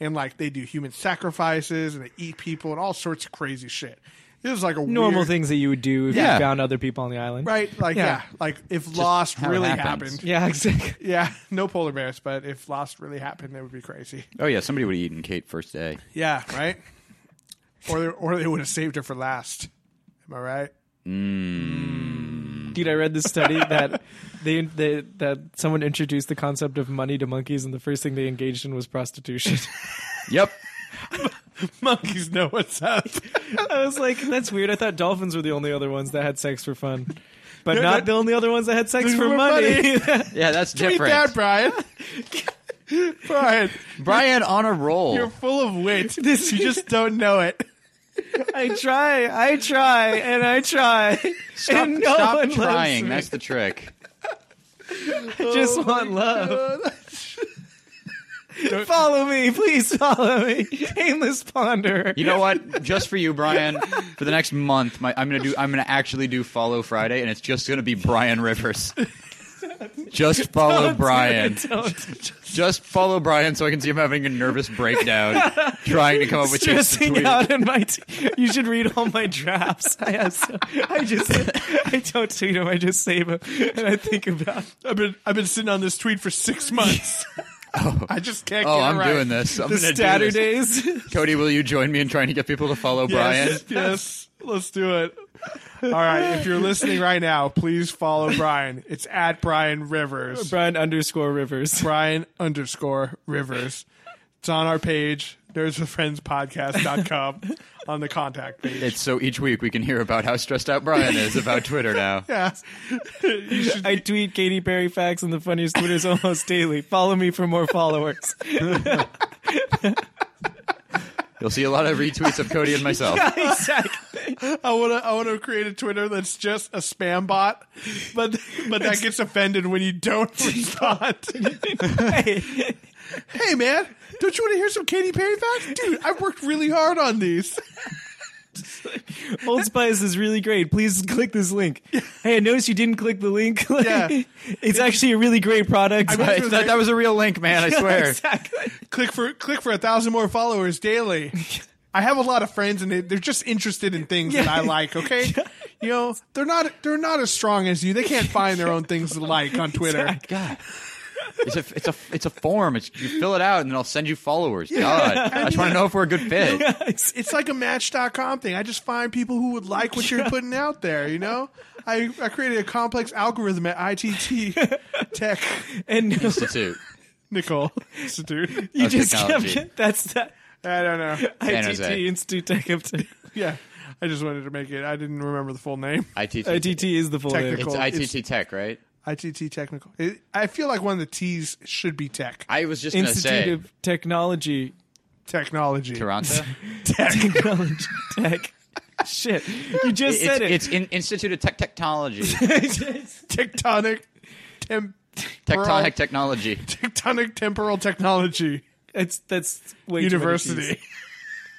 and like they do human sacrifices and they eat people and all sorts of crazy shit it was like a
normal
weird,
things that you would do if
Yeah.
you found other people on the island?
right like yeah,
Yeah.
like if lost
how it
really
happens.
happened
Yeah. Exactly.
yeah no polar bears but if lost really happened that would be crazy
Oh yeah. Somebody would have eaten Kate first day.
yeah right or they, or they would have saved her for last am i right
Dude, I read this study that they, they that someone introduced the concept of money to monkeys, and the first thing they engaged in was prostitution.
Yep.
monkeys know what's up
I was like, that's weird. I thought dolphins were the only other ones that had sex for fun, but
They're
not
not-
the only other ones that had sex
They're
for
for
money.
Yeah, that's
Eat
different.
that brian brian
Brian on a roll.
You're full of wit. you just don't know it.
I try, I try, and I try.
Stop,
and no
stop
one loves
trying.
me.
That's the trick.
Oh
just want love. follow me, please follow me. Aimless ponder.
You know what? Just for you, Brian. For the next month, my, I'm gonna do. I'm gonna actually do Follow Friday, and it's just gonna be Brian Rivers. Just follow
Don't do
Brian.
it, don't.
Just follow Brian so I can see him having a nervous breakdown, trying to come up with shit to tweet.
Stressing out in my. T- you should read all my drafts. I have. So, I just. I don't tweet them. I just save them and I think about.
I've been I've been sitting on this tweet for six months. I just can't.
Oh,
get it
I'm
right.
doing this. I'm
the
gonna
Saturdays.
do this. Cody, will you join me in trying to get people to follow Brian?
Yes, yes, let's do it. All right, if you're listening right now, please follow Brian. It's at Brian
Uh,
Rivers.
Brian underscore Rivers.
Brian underscore Rivers. It's on our page, nerdswithfriendspodcast.com on the contact page.
It's so each week we can hear about how stressed out Brian is about Twitter now.
yeah. You should-
I tweet Katy Perry facts and the funniest Twitters almost daily. Follow me for more followers.
You'll see a lot of retweets of Cody and myself.
exactly.
I want to I want to create a Twitter that's just a spam bot, but but that gets offended when you don't respond.
Hey.
hey man, don't you want to hear some Katy Perry facts? Dude, I've worked really hard on these.
Old Spice is really great. Please click this link. Hey, I noticed you didn't click the link. Like,
Yeah.
It's actually a really great product.
went
Right,
through
that,
the-
that was a real link, man. I swear.
exactly.
click for click for a thousand more followers daily. I have a lot of friends, and they, they're just interested in things that I like. Okay, you know they're not they're not as strong as you. They can't find their own things to like on Twitter.
God. It's a it's a it's a form. It's, you fill it out and then I'll send you followers. God, I just want to know if we're a good fit.
It's like a Match.com thing. I just find people who would like what you're putting out there. You know, I I created a complex algorithm at ITT Tech
And no,
Institute.
Nicole Institute.
you
Of
just
technology.
kept. That's that.
I don't know.
San
ITT
Jose.
Institute Tech of Tech.
Yeah, I just wanted to make it. I didn't remember the full name.
ITT.
ITT is the full name.
Technical.
It's
Cool.
ITT Tech, right?
ITT Technical. It, I feel like one of the T's should be tech
I was just going to
Institute
say
of Technology.
technology.
Toronto.
Technology Tech. Shit. You just
It's,
said it.
it's in, Institute of Tech Technology,
tectonic tem-
Tectonic Technology.
tectonic temporal technology
It's that's way too many
university.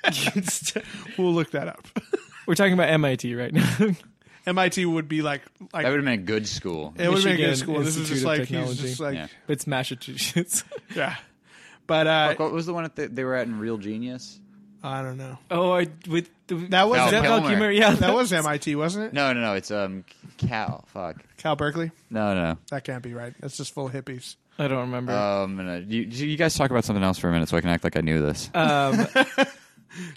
It's- we'll look that up.
T's. We're talking about MIT right now.
MIT would be like like
That would have been a good school.
it would make a
Michigan
good school. This is
Institute
just
of
like
Technology.
he's just like yeah.
Yeah.
it's Massachusetts.
But uh,
What was the one that they- they were at in Real Genius?
I don't know.
Oh, I, with the,
That was
Val
is that Val
Kilmer.
Kilmer? Yeah,
that was MIT, wasn't it?
No, no, no. It's um Cal. Fuck.
Cal Berkeley.
No, no.
That can't be right. That's just full of hippies.
I don't remember.
Um, and, uh, you, you guys talk about something else for a minute so I can act like I knew this.
um,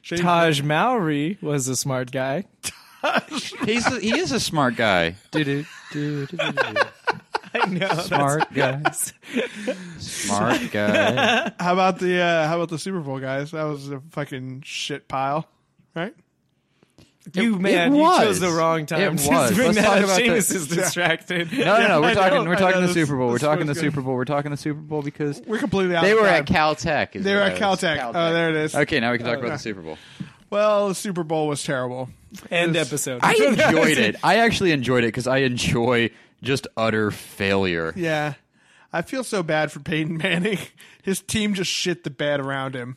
Shane-
Taj Mowry was a smart guy.
He's a, he is a smart guy.
Do-do, do-do-do-do. I know.
Smart
Smart.
guy. Smart guy.
how about the uh, how about the Super Bowl guys? That was a fucking shit pile, right?
You
It-
man,
it
you chose
was.
the wrong time.
It
to
was.
Bring
Let's
that
talk
up.
about
Seamus
the-
is distracted.
No, no, no. We're
I
talking.
know,
we're
I
talking
know,
the
this-
Super Bowl. We're
this
talking the
was good.
Super Bowl. We're talking the Super Bowl because
We're completely out.
they
of
were
time.
at Caltech. Oh, is
They were
what
at
I was-
Caltech. Oh, there it is.
Okay, now we can talk about the Super Bowl.
Well, the Super Bowl was terrible.
End episode.
I enjoyed it. I actually enjoyed it because I enjoy just utter failure.
Yeah. I feel so bad for Peyton Manning. His team just shit the bed around him.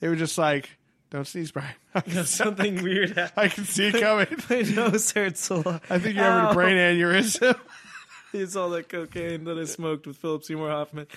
They were just like, don't sneeze, Brian. I can,
Something weird happened.
I can see it coming.
My nose hurts a lot.
I think you're having a brain aneurysm.
It's all that cocaine that I smoked with Philip Seymour Hoffman.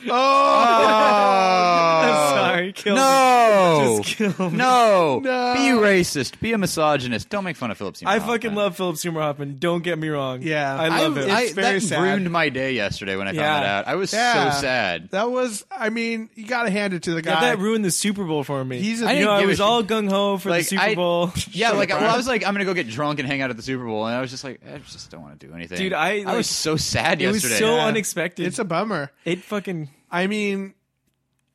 Oh
I'm sorry. Kill me.
no!
Just kill me.
No.
No.
Be racist. Be a misogynist. Don't make fun of Philip Seymour.
I
Hoffman.
fucking love Philip Seymour Hoffman. Don't get me wrong.
Yeah.
I love
I,
him.
I,
It's very
that
sad.
ruined my day yesterday when I
Yeah.
found that out. I was
Yeah.
so sad.
That was, I mean, you got to hand it to the
Yeah,
guy.
that ruined the Super Bowl for me.
He's a-
I
I
you
didn't
know, I
give a
was
shit.
all gung ho for
Like,
the Super
I-
Bowl.
Yeah, like well, I was like, I'm gonna go get drunk and hang out at the Super Bowl, and I was just like, I just don't want to do anything.
Dude, I, like-
was so sad
it was
yesterday.
so
Yeah.
unexpected.
it's a bummer.
it fucking
I mean,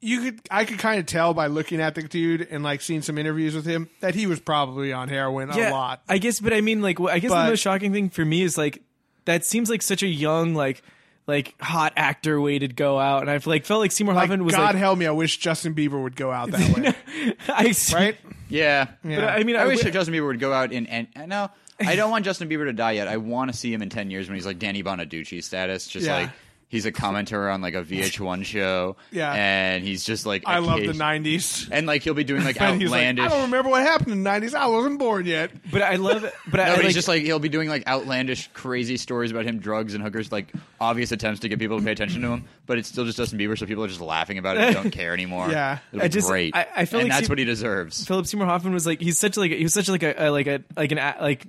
you could, I could kind of tell by looking at the dude and like seeing some interviews with him that he was probably on heroin a
yeah,
lot.
I guess, but I mean, like, wh- I guess
But-
the most shocking thing for me is like that seems like such a young, like, like hot actor way to go out, and I've like felt like Seymour
Like,
Hoffman was
God
like,
help me, I wish Justin Bieber would go out that way.
I,
right?
yeah.
But I mean,
I,
I,
wish
wi-
Justin Bieber would go out and and and no, I don't want Justin Bieber to die yet. I want to see him in ten years when he's like Danny Bonaducci status, just
Yeah.
like He's a commentator on like a VH1 show.
Yeah.
and he's just like
I love the
occasion-
'90s.
And like he'll be doing like
And he's like,
outlandish.
I don't remember what happened in the '90s. I wasn't born yet.
But I love. But I,
No,
I
but
like,
he's just like he'll be doing like outlandish, crazy stories about him, drugs and hookers, like obvious attempts to get people to pay attention to him. But it's still just Justin Bieber, so people are just laughing about it and don't care anymore.
Yeah.
It'll
I
be
just-
great.
I- I feel
and
like
that's
see-
what he deserves.
Philip Seymour Hoffman was like he's such like he was such like a, a like a like an a- like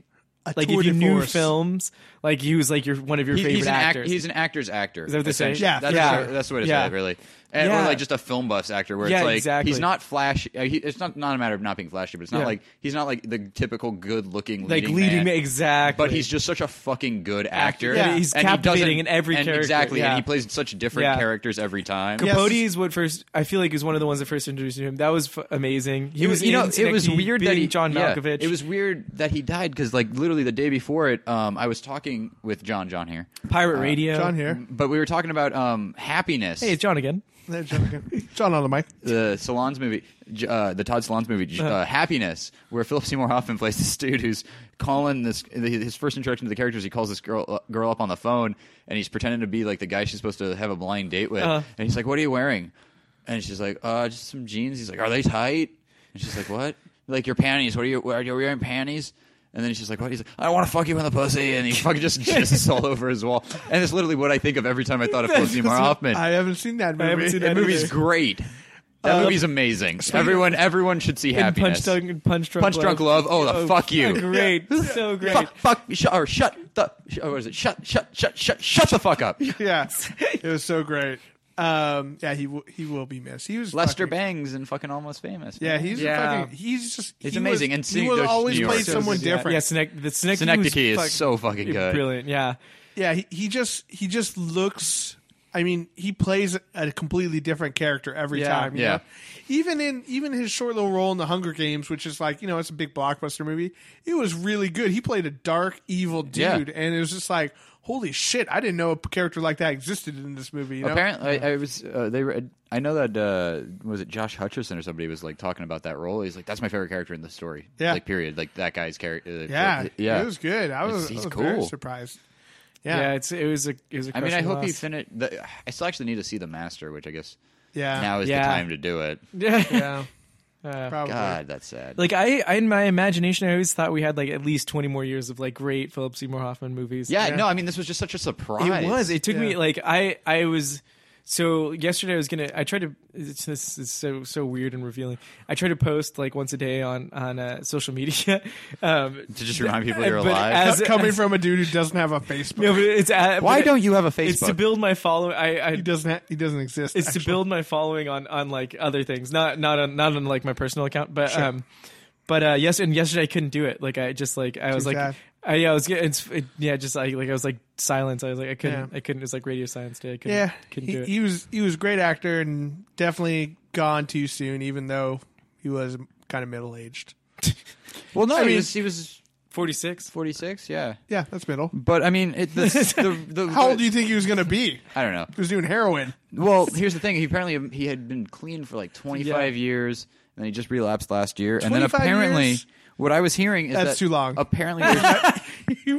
like
tour
if you
de
knew
force.
films like he was like your one of your
He-
favorite
he's an act-
actors.
he's an actor's actor. Is
that what they say?
Yeah,
that's,
yeah.
What, that's what it's
Yeah.
like, really. And,
Yeah.
Or like just a film buff actor, where
Yeah,
it's like
exactly.
he's not flashy. Uh, he, it's not not a matter of not being flashy, but it's not
Yeah.
like he's not like the typical good-looking
like
leading,
leading
man.
ma- exactly.
But he's just such a fucking good actor.
Yeah, he's
and he doesn't-
captivating in every
and
character,
Exactly,
yeah.
and he plays such different
Yeah.
characters every time.
Yes.
Capote is what first I feel like is one of the ones that first introduced him. That was f- amazing. He
It
was
was, you know,
in
it was
Synecdoche
weird that
beating
he,
John
yeah,
Malkovich.
it was weird that he died because, like, literally the day before it, um, I was talking with John. John here,
Pirate Radio.
John here.
but we were talking about um, happiness.
Hey, it's John again.
There's John again. John on the mic.
the Salons movie, J- uh, the Todd Salons movie, J- uh, Happiness, where Philip Seymour Hoffman plays this dude who's calling this. His first introduction to the characters, he calls this girl uh, girl up on the phone, and he's pretending to be like the guy she's supposed to have a blind date with,
Uh-huh.
and he's like, "What are you wearing?" And she's like, "Uh, just some jeans." He's like, "Are they tight?" And she's like, "What?" Like your panties? What are you? Are you wearing panties? And then she's like, "What?" He's like, "I want to fuck you in the pussy," and he fucking just jizzes all over his wall. And it's literally what I think of every time I thought of Philip Seymour Hoffman.
I haven't seen that movie. Uh,
haven't seen
That
That
movie's
either.
great. That movie's amazing. Everyone, everyone should see
And
happiness.
punch drunk, punch drunk,
Punch Drunk Love. Oh, the fuck you.
Great, so great.
Fuck, fuck, sh- or shut the. Sh- or what is it? Shut, shut, shut, shut, shut the fuck up.
Yeah, it was so great. Um, yeah, he will, he will be missed. He was
Lester
fucking-
Bangs and fucking Almost Famous.
Yeah, he's
Yeah.
A fucking. He's just.
He's
he
amazing,
Was,
and
he
seeing
will
those
always
New
play
Yorkers.
someone
Yeah,
different.
Yeah, Synec- the Synecdoche,
Synecdoche is
was
so fucking good.
Brilliant. Yeah.
Yeah, he, he just he just looks. I mean, he plays a completely different character every
Yeah,
time. you
yeah.
know? Even in even his short little role in the Hunger Games, which is like you know it's a big blockbuster movie, it was really good. He played a dark, evil dude,
Yeah.
and it was just like, holy shit! I didn't know a character like that existed in this movie. You know?
Apparently, I, I was. Uh, they were. I know that uh, was it Josh Hutcherson or somebody was like talking about that role. He's like, "That's my favorite character in the story."
Yeah.
Like, period. Like that guy's character. Uh,
yeah,
like, yeah.
it was good. I was,
He's- he's
I was very
cool.
surprised.
yeah,
Yeah,
It's it was a it was a
I mean, I
crushing
hope he
loss.
finished. I still actually need to see the master, which I guess
yeah,
now is
Yeah.
the time to do it.
yeah,
Yeah.
probably.
God, that's sad.
Like I, I, in my imagination, I always thought we had like at least twenty more years of like great Philip Seymour Hoffman movies.
yeah, no, I mean this was just such a surprise.
It was. It took me
Yeah.
like I I was so yesterday I was gonna I tried to it's, this is so so weird and revealing. I try to post like once a day on on uh, social media. Um,
to just remind people
Uh,
you're
but
alive.
as-
Coming from a dude who doesn't have a Facebook,
no, but it's at,
Why
but
don't you have a Facebook?
It's to build my follow. I, I
he doesn't ha- he doesn't exist.
it's to
actually.
build my following on on like other things, not not on not on like my personal account, but
Sure.
um, but uh, yes, and yesterday I couldn't do it. Like I just like I was like.
sad.
I, yeah, I was getting, it's, it, yeah, just like, like I was like silence. I was like, I couldn't,
Yeah.
I couldn't. It was like radio silence day. I couldn't,
Yeah,
couldn't
he,
do it.
he was he was a great actor and definitely gone too soon, even though he was kind of middle aged.
well, no,
I mean-
he was he was
46
46. Yeah,
Yeah, that's middle.
but I mean, it, the, the, the
How old do you think he was going to be?
I don't know.
He was doing heroin.
Well, here's the thing. He apparently he had been clean for like 25 years, and then he just relapsed last year. And then
25
apparently,
years?
what I was hearing is
That's
that
too long.
Apparently, there's-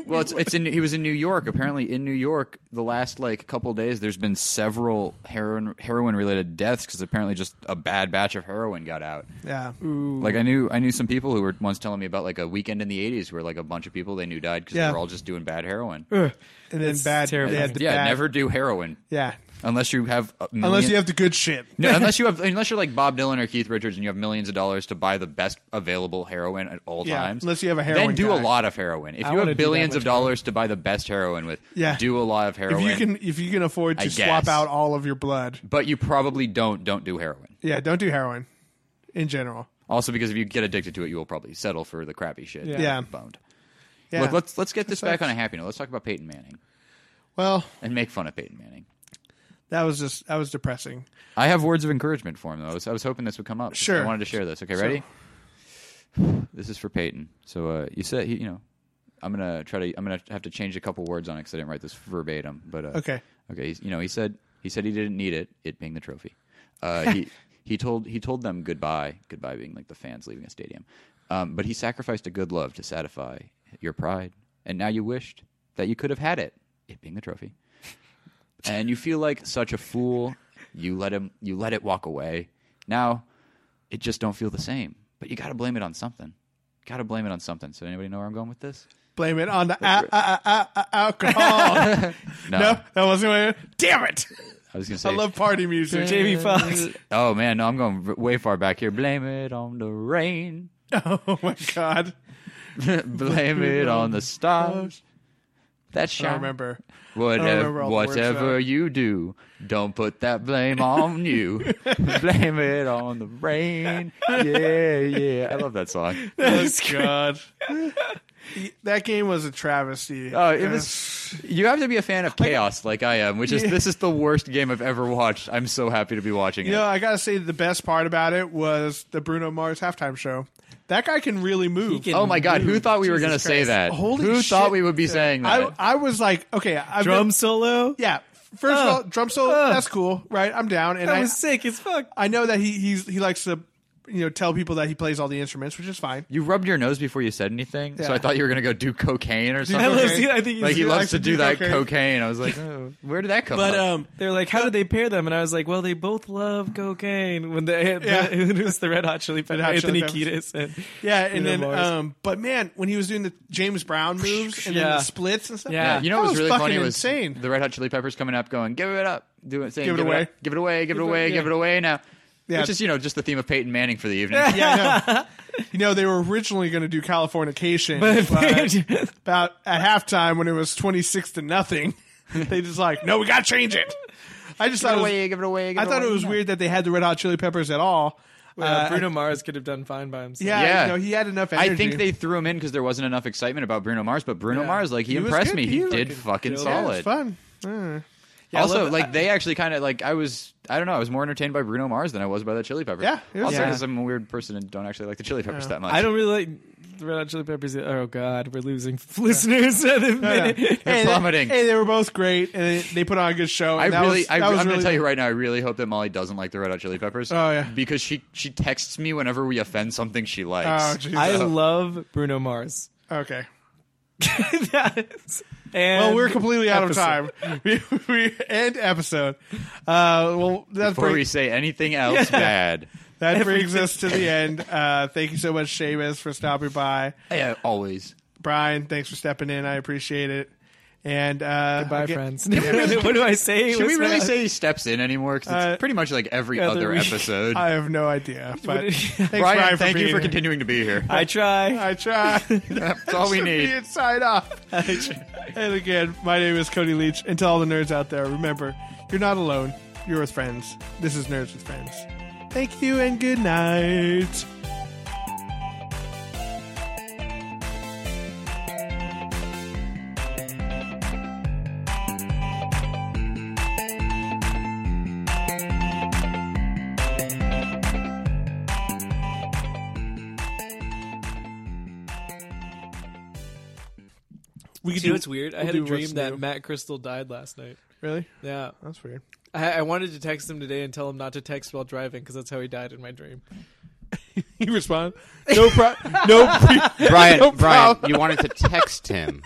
well, it's, it's in, he was in New York. Apparently, in New York, the last like couple days, there's been several heroin heroin related deaths because apparently just a bad batch of heroin got out.
Yeah,
Like I knew I knew some people who were once telling me about like a weekend in the 80s where like a bunch of people they knew died because
Yeah.
they were all just doing bad heroin.
and then bad.
terrifying.
They had the
yeah,
bad-
never do heroin
Yeah,
unless you have a
unless
million-
you have the good shit.
no, unless you have, unless you're like Bob Dylan or Keith Richards, and you have millions of dollars to buy the best available heroin at all
Yeah,
times.
unless you have a
then
heroin
do
guy.
a lot of heroin. If
I
you
wanna
have
do that
billions
much
of dollars to buy the best heroin with,
Yeah.
do a lot of
If
heroin.
you can, if you can afford to
I
swap
guess.
out all of your blood,
but you probably don't. Don't do heroin.
yeah, don't do heroin in general.
Also, because if you get addicted to it, you will probably settle for the crappy shit.
Yeah.
Yeah.
boned.
Yeah.
Look, let's let's get this
That
back on
sucks.
a happy note. Let's talk about Peyton Manning
well,
and make fun of Peyton Manning.
that was just that was depressing.
I have words of encouragement for him, though. I was, I was hoping this would come up.
Sure.
I wanted to share this. Okay, ready? This is for Peyton. So uh, you said, he- you know, I'm gonna try to. I'm gonna have to change a couple words on it because I didn't write this verbatim. But uh,
Okay.
okay. He's, you know, he said he said he didn't need it. It being the trophy. Uh, he he told he told them goodbye. Goodbye being like the fans leaving a stadium. Um, but he sacrificed a good love to satisfy your pride, and now you wished that you could have had it. It being the trophy. and you feel like such a fool. You let him. You let it walk away. Now, it just don't feel the same. But you got to blame it on something. Got to blame it on something. So anybody know where I'm going with this?
Blame it on the a- a- a- a- alcohol.
No,
no, that wasn't what I Damn it.
I was gonna say.
I love party music.
Jamie Foxx.
oh man, no, I'm going v- way far back here. Blame it on the rain.
Oh my god.
Blame it on the stars. That
I
shot.
don't remember. remember
Whatever,
all the words, though.
whatever you do, don't put that blame on you. blame it on the rain. Yeah, yeah. I love that song.
Oh god. that game was a travesty.
Oh, it was. You have to be a fan of chaos like I am, which is this is the worst game I've ever watched. I'm so happy to be watching
You
it.
know, I gotta say the best part about it was the Bruno Mars halftime show. That guy can really move.
can-
oh my god, who thought we were
Jesus
gonna say
Christ.
that?
Holy
who
shit.
thought we would be saying that?
I I was like, okay, I've
Drum
been-
solo.
yeah. First
Uh,
of all, drum solo,
uh.
that's cool, right? I'm down. And
that
I,
was sick as fuck.
I know that he he's, he likes to you know tell people that he plays all the instruments, which is fine.
you rubbed your nose before you said anything, so
Yeah.
I thought you were gonna go do cocaine or
I
something.
love.
okay.
I think he's
like he
he
loves
likes
to
to
do,
do
that
cocaine.
cocaine. I was like, oh, where did that come?
But
up?
um, they're like, how do they pair them? And I was like, well, they both love cocaine. When they
Yeah.
it was the Red Hot Chili Peppers,
Hot Chili
Anthony
Peppers.
Kiedis, and
Yeah, and
Bruno
then
Mars.
um, but man, when he was doing the James Brown moves and then
Yeah.
the splits and stuff,
Yeah.
Yeah, you
um, That
know what was,
was
really
fucking
funny was
insane.
the Red Hot Chili Peppers coming up, going, "Give it up, do it, saying,
Give it
up,
away.
give it away, give it away,
yeah.
give it away now."
Yeah.
Which is you know just the theme of Peyton Manning for the evening.
yeah, I know. you know they were originally going to do Californication,
But-
but, about at halftime when it was twenty six to nothing, they just like, no, we got to change it. I just
Give
thought
it
it was,
away, give it away. Give
I
it
thought
away,
it was
now.
weird that they had the Red Hot Chili Peppers at all.
uh, Bruno Mars could have done fine by himself.
Yeah,
Yeah.
you know, he had enough energy.
I think they threw him in because there wasn't enough excitement about Bruno Mars, but Bruno
Yeah.
Mars, like he,
He was
impressed
good.
me.
He
He, did
fucking
fucking
killed it.
yeah, it was
solid.
fun. Yeah.
I
also,
love-
like they actually kind of like I was I don't know I was more entertained by Bruno Mars than I was by the Chili Peppers.
Yeah, it was
also
good.
because I'm a weird person and don't actually like the Chili Peppers that much.
I don't really like the Red Hot Chili Peppers. Oh God, we're losing listeners at the
Yeah.
minute.
Hey, they-
plummeting.
Hey, uh, they were both great, and they, they put on a good show.
I
and that
really,
was,
I,
that
I'm
was
gonna
really-
tell you right now. I really hope that Molly doesn't like the Red Hot Chili Peppers.
Oh, yeah.
because she she texts me whenever we offend something she
Oh,
likes.
Jesus.
I love Bruno Mars.
okay.
That's- and
Well, we're completely out
episode.
of time. We, we end episode. Uh, well, that
Before we
brings,
say anything else bad,
that brings us to the end. Uh, thank you so much, Seamus, for stopping by.
yeah, always.
Brian, thanks for stepping in. I appreciate it. And uh,
Bye,
again-
friends. what do I say?
Should we
What's
really
that?
say he steps in anymore? 'Cause
Uh,
it's pretty much like every
other
other
week.
episode.
I have no idea. But
did-
thanks,
Brian,
Brian, for
thank you
being here.
for continuing to be here.
I try.
I try.
That's all we need.
Sign off. and again, my name is Cody Leach. And to all the nerds out there, remember, you're not alone. You're with friends. This is Nerds with Friends. Thank you and good night. We could
You know what's weird? I
we'll
had a
do what's
dream that
new.
Matt Crystal died last night.
Really?
Yeah.
That's weird.
I, I wanted to text him today and tell him not to text while driving because that's how he died in my dream.
He responded. No problem. no. Pre-
Brian,
No
Brian,
problem.
you wanted to text him.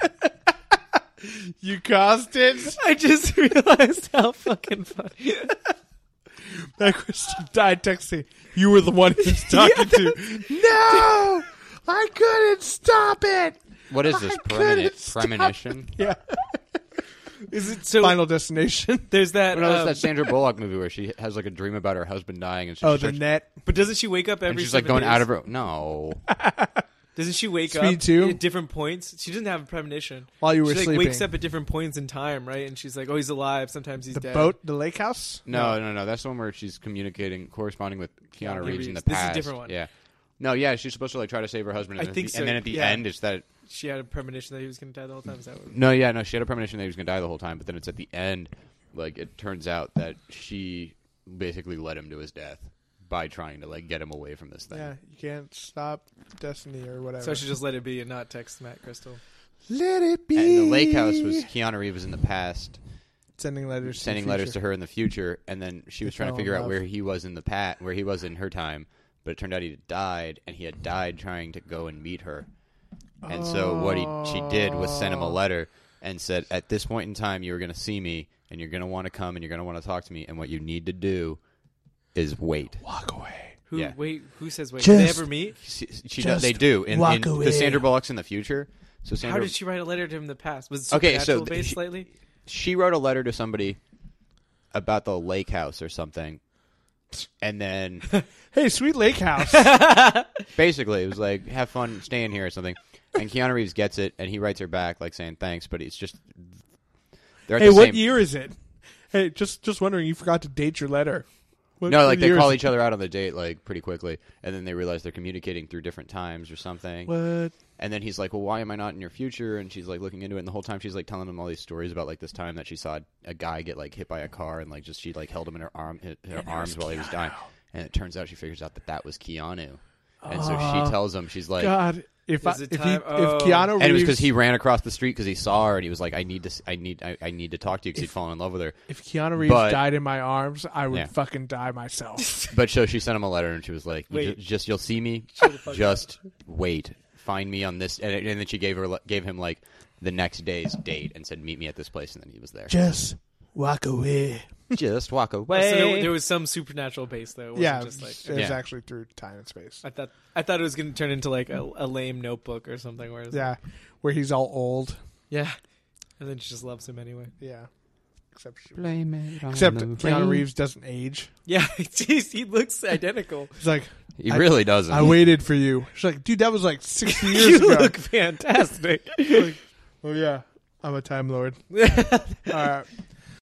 you caused it.
I just realized how fucking funny.
That Christian died texting. You were the one he was talking to. No, I couldn't stop it.
What is this?
I couldn't
Premoni-
stop
premonition?
Yeah.
Is it so?
Final Destination.
There's that.
No, that's
um,
that Sandra Bullock movie where she has like a dream about her husband dying and she's,
Oh,
just,
the net.
but doesn't she wake up every?
and she's like
seven
going
days?
out of her. No,
Doesn't she wake
Speed
up
two?
at different points? She doesn't have a premonition.
While you were
she, like,
sleeping.
wakes up at different points in time, right? And she's like, "Oh, he's alive." Sometimes he's
The
dead.
boat, the lake house.
no, no, no. That's the one where she's communicating, corresponding with Keanu Reeves, in the
Reeves. This is a
past.
different one.
Yeah. No, yeah, she's supposed to like try to save her husband,
I
and, then,
think
at the-
so,
and then at the
yeah.
end, it's that.
She had a premonition that he was going to die the whole time. Is that what?
No, yeah, no. She had a premonition that he was going to die the whole time, but then it's at the end, like it turns out that she basically led him to his death by trying to like get him away from this thing.
Yeah, you can't stop destiny or whatever.
So I should just let it be and not text Matt Crystal.
let it be.
And the lake house was Keanu Reeves in the past
sending letters.
sending letters to her in the future, and then she was trying
fell
to
in
figure out
love.
where he was in the pat, where he was in her time. But it turned out he had died, and he had died trying to go and meet her. And so what he she did was send him a letter and said, "At this point in time, you're going to see me, and you're going to want to come, and you're going to want to talk to me, and what you need to do is wait."
Walk away.
Who
Yeah.
wait? Who says wait?
Just-
Did they ever meet?
She, she does, they
Just
do in,
walk
in
away.
the Sandra Bullock's in the future. So Sandra,
How did she write a letter to him in the past? Was it
Okay, so
supernatural
th-
based
she-
slightly?
she wrote a letter to somebody about the lake house or something. And then
Hey, sweet lake house.
basically it was like, have fun staying here or something. And Keanu Reeves gets it and he writes her back like saying thanks, but it's just they're at
hey,
the
what
same
year is it? Hey, just just wondering, you forgot to date your letter. What,
No, like
what
they
year
call
is
each other out on the date like pretty quickly and then they realize they're communicating through different times or something.
What?
And then he's like, "Well, why am I not in your future?" And she's like looking into it, and the whole time she's like telling him all these stories about like this time that she saw a guy get like hit by a car, and like just she like held him in her arm, her arms while he was dying. And it turns out she figures out that that was Keanu, and so she tells him she's like,
God, if I,
Is it
if, he,
time? Oh.
if Keanu Reeves,
and it was because he ran across the street because he saw her, and he was like, "I need to, s- I need, I, I need to talk to you because he'd fallen in love with her."
if Keanu Reeves
But-
died in my arms, I would
Yeah.
fucking die myself.
But so she sent him a letter, and she was like, you
Wait.
ju- "Just you'll see me. Just wait. Find me on this." And, and then she gave her le- gave him like the next day's date and said, "Meet me at this place," and then he was there.
Just walk away.
just walk
So
away.
there, there was some supernatural base though. It wasn't
yeah,
just like
it was
Yeah.
actually through time and space.
I thought. I thought it was going to turn into like a, a lame notebook or something. Where it's
Yeah, where he's all old.
yeah, and then she just loves him anyway.
Yeah, except she,
Blame it on
except
the
Keanu
rain.
Reeves doesn't age.
Yeah, jeez, he looks identical.
He's like,
He really doesn't.
I waited for you. She's like, dude, that was like sixty years
you
ago.
look fantastic.
Oh yeah, I'm a time lord.
yeah,
All right,